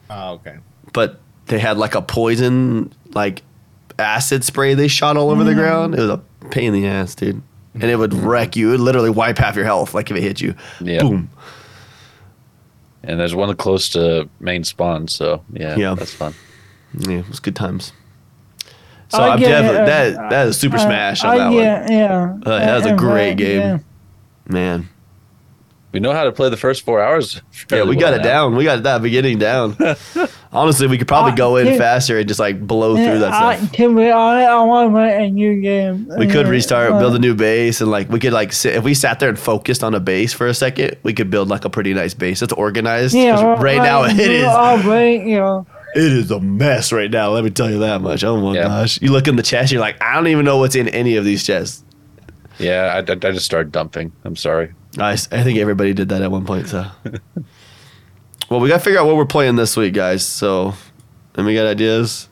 S2: Oh, okay.
S1: but they had like a poison like acid spray they shot all over
S3: Mm.
S1: the ground. It was a pain in the ass, dude. And it would wreck you. It would literally wipe half your health, like if it hit you.
S4: yeah.
S1: Boom.
S4: And there's one close to main spawn, so yeah,
S1: Yeah.
S4: that's fun.
S1: Yeah, it was good times. So
S3: I
S1: I'm
S3: get it,
S1: definitely
S3: uh,
S1: that that is Super
S3: Uh,
S1: Smash on
S3: I
S1: that one.
S3: get- Yeah.
S1: Uh, that was a
S3: Uh,
S1: great
S3: uh,
S1: game.
S3: yeah.
S1: Man.
S4: We know how to play the first four hours.
S1: Yeah,
S4: fairly
S1: we got
S4: well
S1: it
S4: now.
S1: down. We got that beginning down. Honestly, we could probably
S3: Uh,
S1: go in
S3: dude.
S1: faster and just like blow
S3: Yeah,
S1: through that
S3: I,
S1: stuff.
S3: To be honest, I want to play a new game.
S1: We could
S3: Yeah,
S1: restart,
S3: uh,
S1: build a new base, and like we could like sit, if we sat there and focused on a base for a second, we could build like a pretty nice base. It's
S3: uh,
S1: organized. 'cause
S3: well,
S1: right now
S3: I-
S1: it is
S3: I'll wait, you know.
S1: it is a mess right now. Let me tell you that much. Oh my
S4: Yeah.
S1: gosh! You look in the chest, you're like, I don't even know what's in any of these chests.
S4: Yeah, I, I I just started dumping. I'm sorry.
S1: I, s- I think everybody did that at one point. So, well, we gotta figure out what we're playing this week, guys. So, and we got ideas.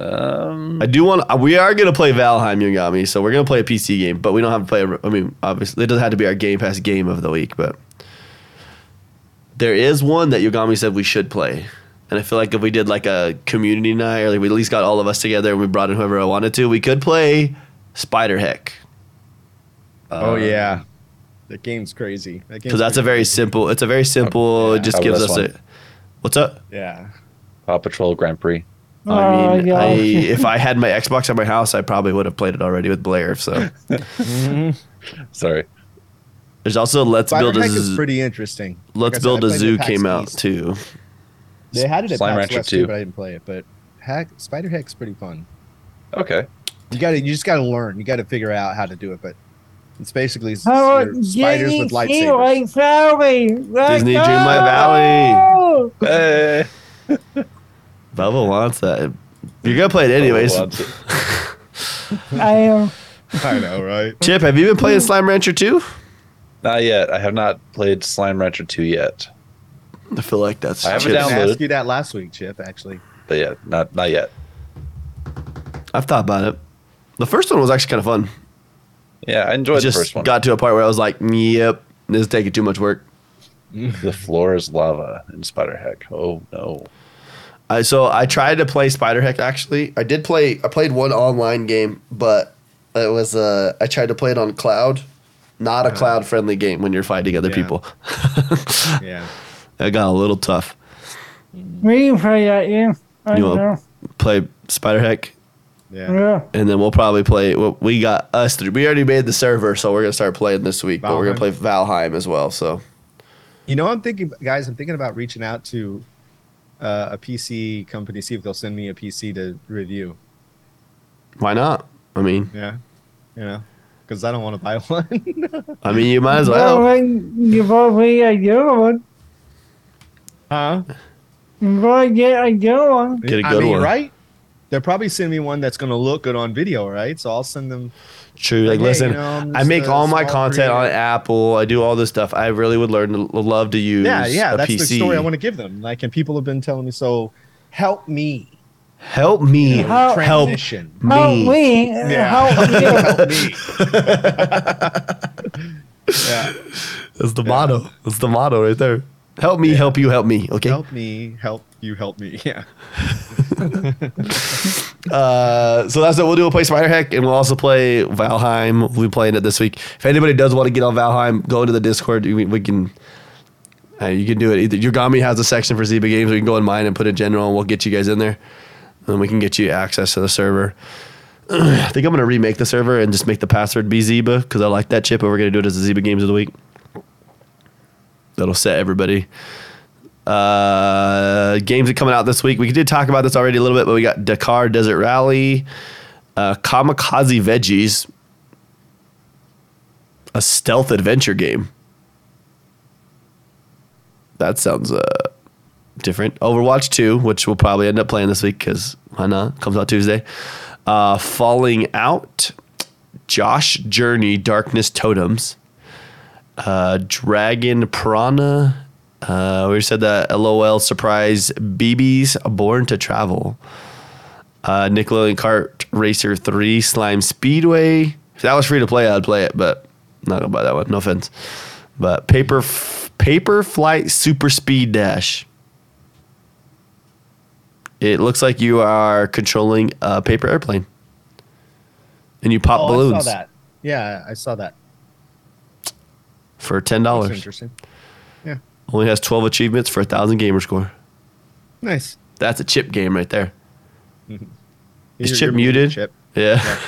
S4: Um,
S1: I do want. uh, We are gonna play Valheim Yungami, so we're gonna play a PC game, but we don't have to play. a- I mean, obviously, it doesn't have to be our Game Pass game of the week, but there is one that Yungami said we should play, and I feel like if we did like a community night, or like we at least got all of us together and we brought in whoever I wanted to, we could play Spider Heck
S2: Oh
S4: uh,
S2: yeah. Um, That game's crazy. That game's
S1: because that's a very simple. It's a very simple. It just
S4: How about
S1: gives
S4: this
S1: us a.
S4: one?
S1: What's up?
S2: yeah.
S4: Paw Patrol Grand Prix.
S1: I mean,
S3: Oh,
S1: I,
S3: yeah.
S1: if I had my Xbox at my house, I probably would have played it already with Blair. So
S4: Sorry.
S1: there's also Let's
S2: Spider
S1: Build a.
S2: Heck is
S1: Z-
S2: pretty interesting.
S1: Let's
S2: Like I said,
S1: Build
S2: I
S1: a
S2: played
S1: Zoo
S2: PAX
S1: came out
S2: East.
S1: too.
S2: They had it at
S4: Slime
S2: PAX
S4: Rancher
S2: West
S4: 2.
S2: too, but I didn't play it. But Hack Spider Heck's pretty fun.
S4: Okay.
S2: You got to you just got to learn. You got to figure out how to do it. But it's basically s-
S3: How
S2: your
S3: about
S2: spiders with
S3: Disney
S2: lightsabers.
S3: Dreamlight Valley? Let's
S1: Disney
S3: go!
S1: Dreamlight Valley.
S4: Hey.
S1: Bubba wants that. You're gonna play it anyways.
S4: Oh, lots of-
S3: I am.
S2: I know, right?
S1: Chip, have you been playing Slime Rancher 2?
S4: Not yet. I have not played Slime Rancher 2 yet.
S1: I feel like that's
S4: I have it
S1: Chip's-
S2: I
S4: down- Downloaded.
S2: asked you that last week, Chip. Actually,
S4: But yeah, not not yet.
S1: I've thought about it. The first one was actually kind of fun.
S4: Yeah, I enjoyed
S1: It
S4: the
S1: just
S4: first one.
S1: got to a part where I was like, "Yep, this is taking too much work."
S4: the floor is lava in Spider Heck. Oh no.
S1: I, so I tried to play Spider Heck. Actually, I did play. I played one online game, but it was uh, I tried to play it on cloud. Not a cloud friendly game when you're fighting other
S2: Yeah.
S1: people.
S2: yeah.
S1: it got a little tough.
S3: We play at you. I
S1: You
S3: know.
S1: want to play Spider Heck?
S2: Yeah.
S3: Yeah.
S1: and then we'll probably play. well, We got us three. We already made the server, so we're gonna start playing this week. But we're gonna
S2: Valheim.
S1: play Valheim as well. So
S2: You know, I'm thinking, guys. I'm thinking about reaching out to uh, a PC company, see if they'll send me a PC to review.
S1: why not? I mean,
S2: Yeah. You know, because I don't want to buy one.
S1: I mean, you might as well.
S3: you probably get a good one.
S2: huh?
S3: You probably get a good one.
S1: Get a
S2: I
S1: good
S2: mean,
S1: one.
S2: right? They'll probably send me one that's gonna look good on video, right? So I'll send them.
S1: True. Like,
S2: Hey,
S1: listen,
S2: you know, I'm
S1: I
S2: just
S1: make
S2: a
S1: all my
S2: small
S1: content on
S2: creator.
S1: Apple. I do all this stuff. I really would learn to love to use.
S2: Yeah, yeah,
S1: a
S2: that's
S1: PC.
S2: the story I want to give them. Like, and people have been telling me, so help me.
S1: Help me.
S3: How-
S1: help
S2: Transition.
S3: Help
S1: me.
S3: me. Help you.
S2: help me. yeah.
S1: That's the motto. That's the motto right there. Help me, help you, help me. Okay.
S2: Help me. Help you. Help me. Yeah.
S1: Uh, so that's it. We'll do a play Spider Heck, and we'll also play Valheim. We'll be playing it this week. If anybody does want to get on Valheim, go into the Discord. We, we can. Uh, you can do it. Either Yogami has a section for Zeba Games. We can go in mine and put a general, and we'll get you guys in there. And we can get you access to the server. I think I'm gonna remake the server and just make the password be Zeba because I like that chip, and we're gonna do it as the Zeba Games of the Week. That'll set everybody. Uh, games that coming out this week. We did talk about this already a little bit, but we got Dakar Desert Rally, uh, Kamikaze Veggies, a stealth adventure game. That sounds uh, different. Overwatch 2, which we'll probably end up playing this week because why not? Comes out Tuesday. Uh, Falling Out, Josh Journey, Darkness Totems, uh, Dragon Piranha. Uh, we said that LOL surprise BB's Born to Travel. Uh, Nickelodeon Kart Racer 3 Slime Speedway. If that was free to play, I'd play it, but I'm not gonna buy that one. No offense. But Paper f- Paper Flight Super Speed Dash. It looks like you are controlling a paper airplane. And you pop
S2: Oh, I
S1: balloons
S2: saw that. Yeah, I saw that.
S1: for ten
S2: That's
S1: dollars.
S2: interesting.
S1: Only has twelve achievements for a thousand gamer score.
S2: Nice.
S1: That's a chip game right there. Is
S2: You're-
S1: Chip
S2: you're
S1: muted?
S2: Chip.
S1: Yeah.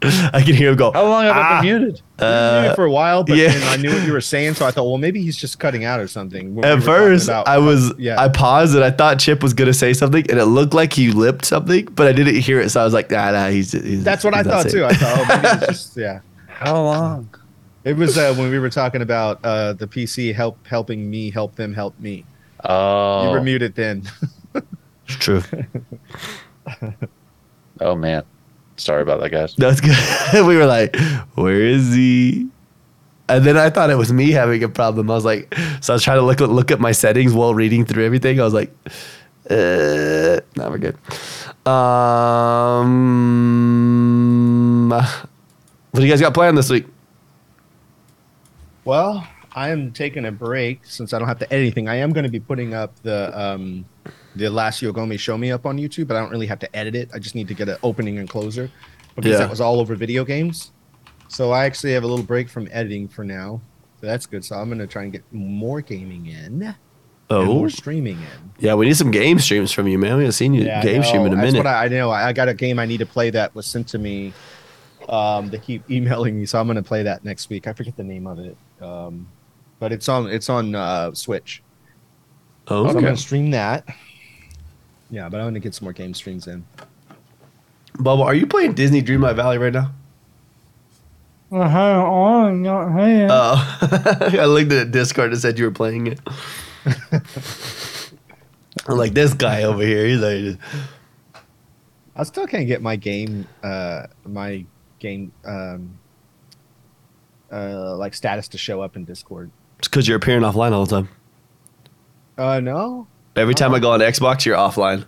S1: I can hear him go. uh,
S4: How long have I been muted?
S2: You knew it for a while, but
S1: yeah.
S2: then I knew what you were saying, so I thought, well, maybe he's just cutting out or something. when we
S1: At
S2: were talking
S1: first,
S2: about-
S1: I was
S2: yeah.
S1: I paused and I thought Chip was gonna say something, and it looked like he lipped something, but I didn't hear it, so I was like, Nah, nah, he's. he's
S2: That's what I
S1: he's not
S2: thought
S1: saying
S2: too. I thought, oh, maybe it's just yeah.
S4: How long?
S2: It was uh, when we were talking about uh, the PC help helping me help them help me. You were
S4: Oh,
S2: muted then.
S1: it. It's true.
S4: oh man. Sorry about that, guys.
S1: That's good. we were like, where is he? And then I thought it was me having a problem. I was like, so I was trying to look look at my settings while reading through everything. I was like, uh, nah, we're good. Um, what do you guys got planned this week?
S2: well, I am taking a break since I don't have to edit anything. I am going to be putting up the um, the last Yogomi show me up on YouTube, but I don't really have to edit it. I just need to get an opening and closer because
S1: Yeah.
S2: that was all over video games. So I actually have a little break from editing for now. So that's good. So I'm going to try and get more gaming in and
S1: Oh,
S2: more streaming in.
S1: yeah, we need some game streams from you, man. We haven't seen you
S2: Yeah, I
S1: game
S2: know.
S1: stream in a
S2: That's
S1: minute.
S2: What I, I know. I I got a game I need to play that was sent to me. Um, they keep emailing me, so I'm going to play that next week. I forget the name of it, um, but it's on it's on uh, Switch.
S1: oh,
S2: So I'm
S4: Okay.
S2: going to stream that. Yeah, but I'm going to get some more game streams in.
S1: Bubba, are you playing Disney Dreamlight Valley right now?
S3: Well, how long? Not here.
S1: Oh, I looked at Discord and said you were playing it. I'm like this guy over here. He's like,
S2: I still can't get my game uh, my game um, uh, like status to show up in Discord.
S1: it's because you're appearing offline all the time.
S2: Uh, no,
S1: Every time I go on Xbox, you're offline.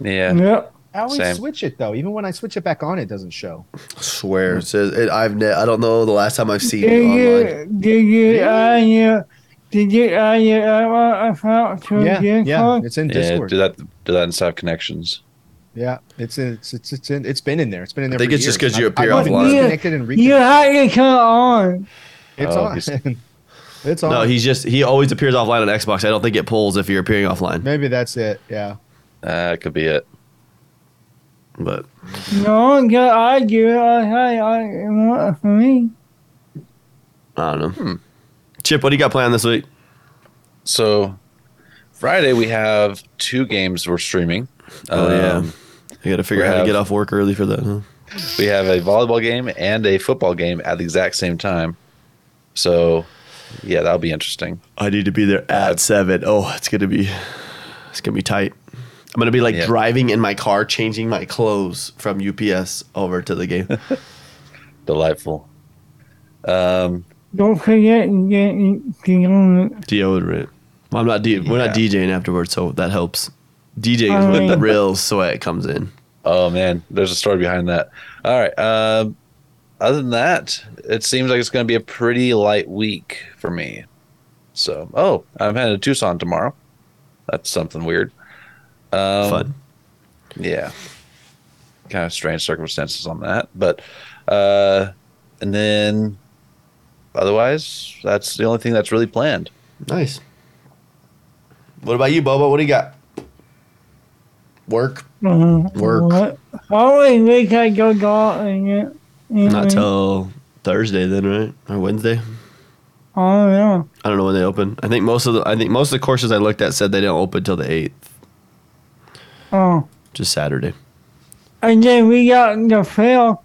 S4: Yeah.
S3: Yep.
S2: I always
S4: Same.
S2: switch it though. Even when I switch it back on, it doesn't show.
S1: swear it says it, I've ne- I don't know the last time I've seen
S3: Did you, did you add your, did you add your Apple account to
S2: Yeah, yeah,
S3: Discord?
S2: it's in
S4: Yeah,
S2: Discord.
S4: do that. Do that and stop connections.
S2: Yeah, it's in, it's it's it's, in, it's been in there. It's been in
S1: I
S2: there.
S1: think
S2: for
S1: it's just
S2: years.
S1: 'cause you
S2: I-
S1: appear
S2: I've been
S1: offline.
S2: disconnected and
S3: You
S2: reconnected.
S3: had to come on.
S2: It's
S4: Oh,
S2: on. it's on.
S1: No, he's just he always appears offline on Xbox. I don't think it pulls if you're appearing offline.
S2: Maybe that's it. Yeah.
S4: Uh, That could be it.
S1: But
S3: No, because I do it. I, I, I want it for me.
S1: I don't know. Chip, what do you got planned this week?
S4: So, Friday we have two games we're streaming. Oh,
S1: Oh, yeah. I got to figure out how to
S4: Grab.
S1: get off work early for that. Huh?
S4: we have a volleyball game and a football game at the exact same time. So, yeah, that'll be interesting.
S1: I need to be there at seven. Oh, it's gonna be, it's gonna be tight. I'm gonna be like
S4: Yeah.
S1: driving in my car, changing my clothes from UPS over to the game.
S4: Delightful. Um,
S3: Don't forget to get deodorant.
S1: Deodorant. Well, I'm not. De- We're not
S4: Yeah.
S1: DJing afterwards, so that helps. DJing is when the
S3: Um.
S1: real sweat comes in.
S4: oh man, there's a story behind that. All right. Um, other than that, it seems like it's going to be a pretty light week for me. So, oh, I'm headed to Tucson tomorrow. That's something weird. Um,
S1: Fun.
S4: yeah kind of strange circumstances on that but uh and then otherwise that's the only thing that's really planned
S1: Nice. What about you, Bobo? What do you got? Work. Work.
S3: Only week I go golfing. yeah.
S1: Not till Thursday, then, right? Or Wednesday?
S3: Oh, yeah.
S1: I don't know when they open. I think most of the I think most of the courses I looked at said they don't open till the eighth,
S3: Oh.
S1: just Saturday.
S3: And then we got the field.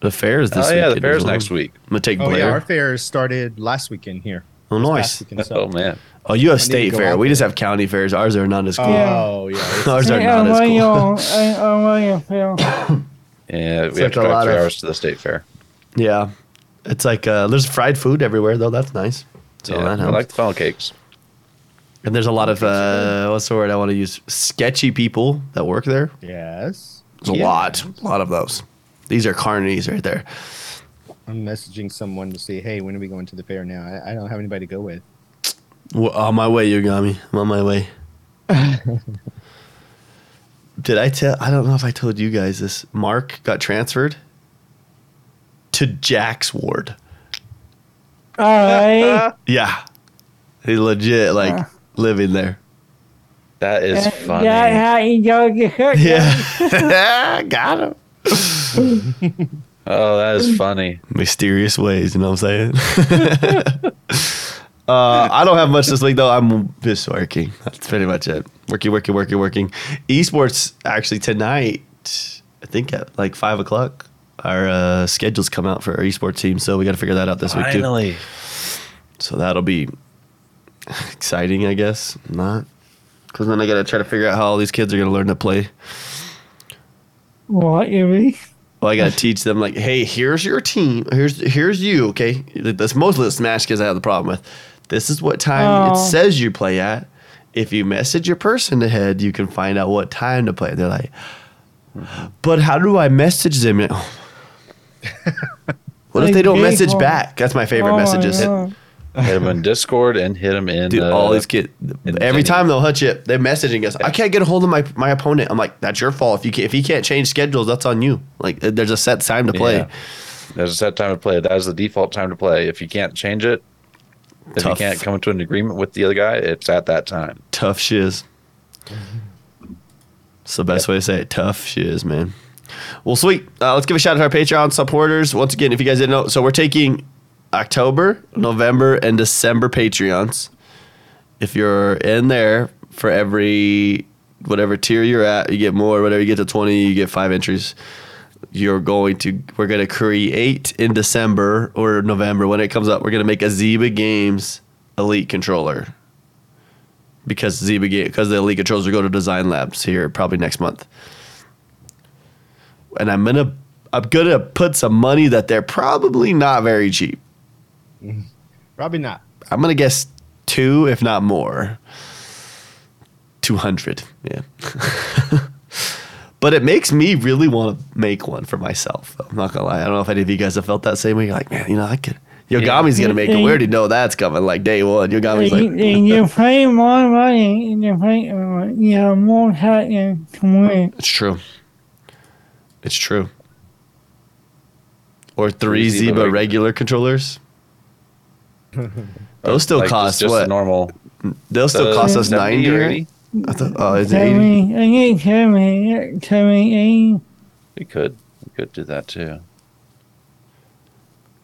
S1: The fair is this
S4: oh yeah
S1: weekend
S4: the
S1: as
S4: fair's
S1: well.
S4: next week
S1: I'm gonna take
S5: Oh yeah, our
S1: Blair.
S5: fair started last weekend here.
S1: Oh
S5: Last
S1: nice.
S5: weekend, so-
S4: oh man
S1: Oh, you have
S5: to
S1: state
S5: go
S1: fair.
S5: out
S1: We just have county fairs. Ours are not as cool.
S5: Oh yeah.
S1: Ours are not
S3: And
S1: as cool.
S3: Arroyo- and Arroyo field.
S4: yeah we
S1: like
S4: have to
S1: a lot
S4: drive three
S1: of-
S4: hours to the state fair
S1: Yeah, it's like uh, there's fried food everywhere though. That's nice. So
S4: yeah,
S1: that
S4: i
S1: helps.
S4: like the funnel cakes
S1: and there's a lot of uh, what's the word I want to use? Sketchy people that work there.
S5: Yes.
S1: There's a lot, a lot of those. These are carnies right there.
S5: I'm messaging someone to say, hey, when are we going to the fair now? I, I don't have anybody to go with.
S1: Well, on my way, Yogami. I'm on my way. Did I tell? I don't know if I told you guys this. Mark got transferred to Jack's ward.
S3: All right.
S1: Yeah, he legit like
S3: Yeah.
S1: living there.
S4: that is funny
S3: That how you go get hooked.
S1: Yeah, got him.
S4: oh that is funny
S1: Mysterious ways, you know what I'm saying? uh, I don't have much this week though. I'm just working. That's pretty much it. Working, working, working, working. Esports actually tonight. I think at like five o'clock. Our uh, schedules come out for our esports team, so we got to figure that out this week too.
S4: finally
S1: So that'll be exciting, I guess. Not because then I got to try to figure out how all these kids are going to learn to play.
S3: What, you mean?
S1: Well, I gotta teach them like, hey, here's your team. Here's here's you. Okay, that's mostly the Smash kids I have the problem with. This is what time it
S3: Oh.
S1: says you play at. If you message your person ahead, you can find out what time to play. They're like, but how do I message them? what if
S3: Like
S1: they don't
S3: big
S1: message
S3: one.
S1: back? That's my favorite
S3: Oh, my
S1: messages.
S3: God.
S4: hit him in discord and hit him in
S1: Dude,
S4: uh,
S1: all these kids.
S4: and
S1: Every
S4: Jenny.
S1: time they'll hutch it, they're messaging us. I can't get a hold of my, my opponent. I'm like, that's your fault. If you can, if he can't change schedules, that's on you. Like, uh, there's a set time to play.
S4: Yeah. There's a set time to play. That is the default time to play. If you can't change it, if
S1: Tough.
S4: you can't come to an agreement with the other guy, it's at that time.
S1: tough shiz. It's the best way to say it. Tough shiz, man. Well, sweet. Uh, let's give a shout out to our Patreon supporters. Once again, if you guys didn't know, so we're taking October, November, and December Patreons. If you're in there for every whatever tier you're at, you get more. Whatever you get to 20, you get five entries. You're going to, we're going to create in December or November when it comes up, we're going to make a Zeba Games Elite Controller because Zeba Ga- because the Elite Controls will go to Design Labs here probably next month. And I'm gonna I'm gonna put some money that they're probably not very cheap.
S5: Probably not.
S1: I'm gonna guess two, if not more. Two hundred, yeah. but it makes me really want to make one for myself. I'm not gonna lie. I don't know if any of you guys have felt that same way. You're like, man, you know, I could. Yogami's gonna make it. We already know that's coming, like day one. Yogami's like,
S3: And and you pay more money, and you pay uh, you have more time to win.
S1: It's true. It's true. Or three
S4: Three Zeba
S1: Zeba
S4: reg-
S1: regular controllers. Those still
S4: Like,
S1: cost
S4: just, just
S1: what?
S4: a normal.
S1: They'll still
S4: uh,
S1: cost us
S4: 70
S1: ninety.
S4: or
S1: right?
S4: 80?
S1: I thought, oh, is it
S3: Tell
S1: eighty?
S3: me, I need tell me, yeah, tell me, eh,
S4: We could we could do that too.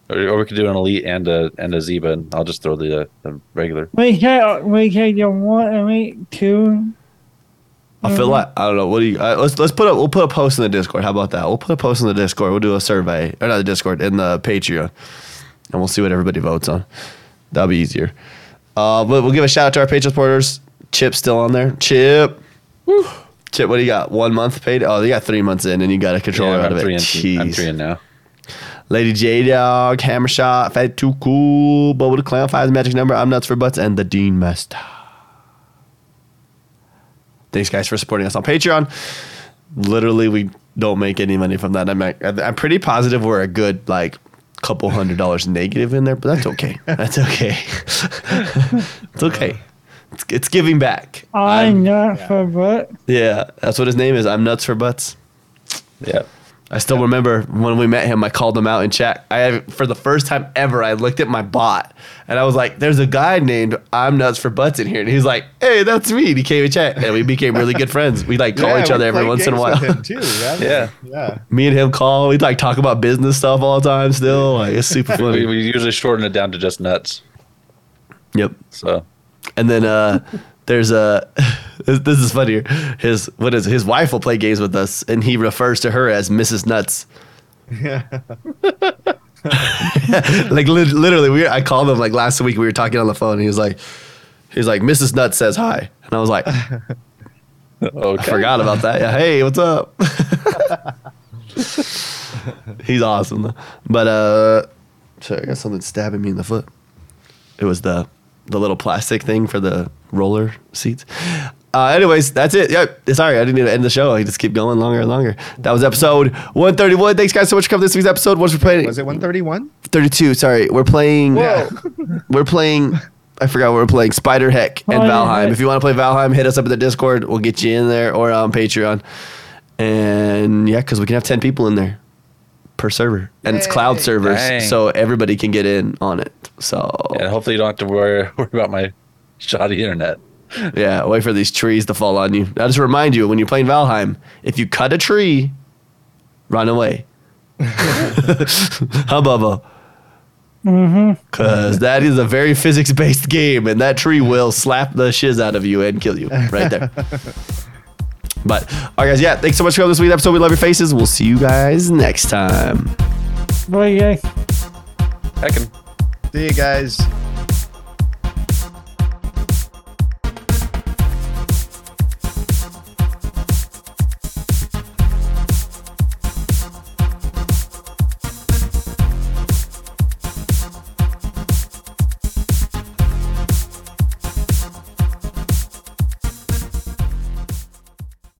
S4: Or, or we could do an elite and a and a Zeba, and I'll just throw the, uh, the regular.
S3: we can we can get one and make two.
S1: I
S4: Mm-hmm.
S1: feel like I don't know. What do you? Uh, let's let's put up. We'll put a post in the Discord. How about that? We'll put a post in the Discord. We'll do a survey, or not the Discord, in the Patreon, and we'll see what everybody votes on. That'll be easier. Uh, but we'll give a shout out to our Patreon supporters. Chip's still on there. Chip. Woo. Chip, what do you got? One month paid? Oh, you got three months in, and you got a controller out
S4: I'm,
S1: of it.
S4: three in, I'm
S1: Jeez.
S4: three in now.
S1: Lady J Dog, Hammer Shot, Fat Too Cool, Bobo the Clown, Five Magic Number, I'm Nuts for Butts, and the Dean Master. Thanks, guys, for supporting us on Patreon. Literally, we don't make any money from that. I'm, I'm pretty positive we're a good, like, couple hundred dollars negative in there, but that's okay. That's okay. it's okay. It's, it's giving back.
S3: I'm not for what?
S1: Yeah, that's what his name is. I'm Nuts for Butts.
S4: Yeah.
S1: I still remember when we met him. I called him out in chat. I have, for the first time ever, I looked at my bot and I was like, "There's a guy named I'm Nuts for Butts in here," and he's like, "Hey, that's me." And he came in chat, and we became really good friends. We like call
S2: Yeah,
S1: each
S2: we
S1: other every
S2: play
S1: once in a
S2: games
S1: while.
S2: with him too, right?
S4: Yeah.
S2: yeah.
S1: me and him call. We like talk about business stuff all the time. Still, like it's super
S4: We,
S1: funny.
S4: we usually shorten it down to just nuts.
S1: yep.
S4: So
S1: And then uh, there's a this, this is funnier. His what is it? his wife will play games with us, and he refers to her as Mrs. Nuts. like lit literally, we were, I called him like last week. We were talking on the phone. And he was like, he's like Mrs. Nuts says hi, and I was like, I
S4: okay.
S1: forgot about that. Yeah, hey, what's up? he's awesome, though. but uh, sorry, I got something stabbing me in the foot. It was the the little plastic thing for the roller seats. Uh, anyways, that's it. Yep. Sorry, I didn't even end the show. I just keep going longer and longer. That was episode 131. Thanks, guys, so much for coming to this week's episode. What's we playing?
S2: Was it 131?
S1: 32 sorry we're playing we're playing i forgot what we're playing spider heck and
S3: Spider
S1: valheim
S3: Heck.
S1: if you want to play valheim hit us up at the discord we'll get you in there or on patreon and yeah because we can have 10 people in there per server and it's cloud servers
S4: Dang.
S1: so everybody can get in on it so
S4: And
S1: yeah.
S4: hopefully you don't have to worry, worry about my shoddy internet.
S1: wait for these trees to fall on you i just remind you when you're playing valheim if you cut a tree run away huh bubba
S3: Mm-hmm.
S1: Because that is a very physics based game, and that tree will slap the shiz out of you and kill you right there. but, all right, guys, yeah, thanks so much for coming this week's episode. We love your faces. We'll see you guys next time.
S3: But yeah.
S4: Heckin'.
S2: See you guys.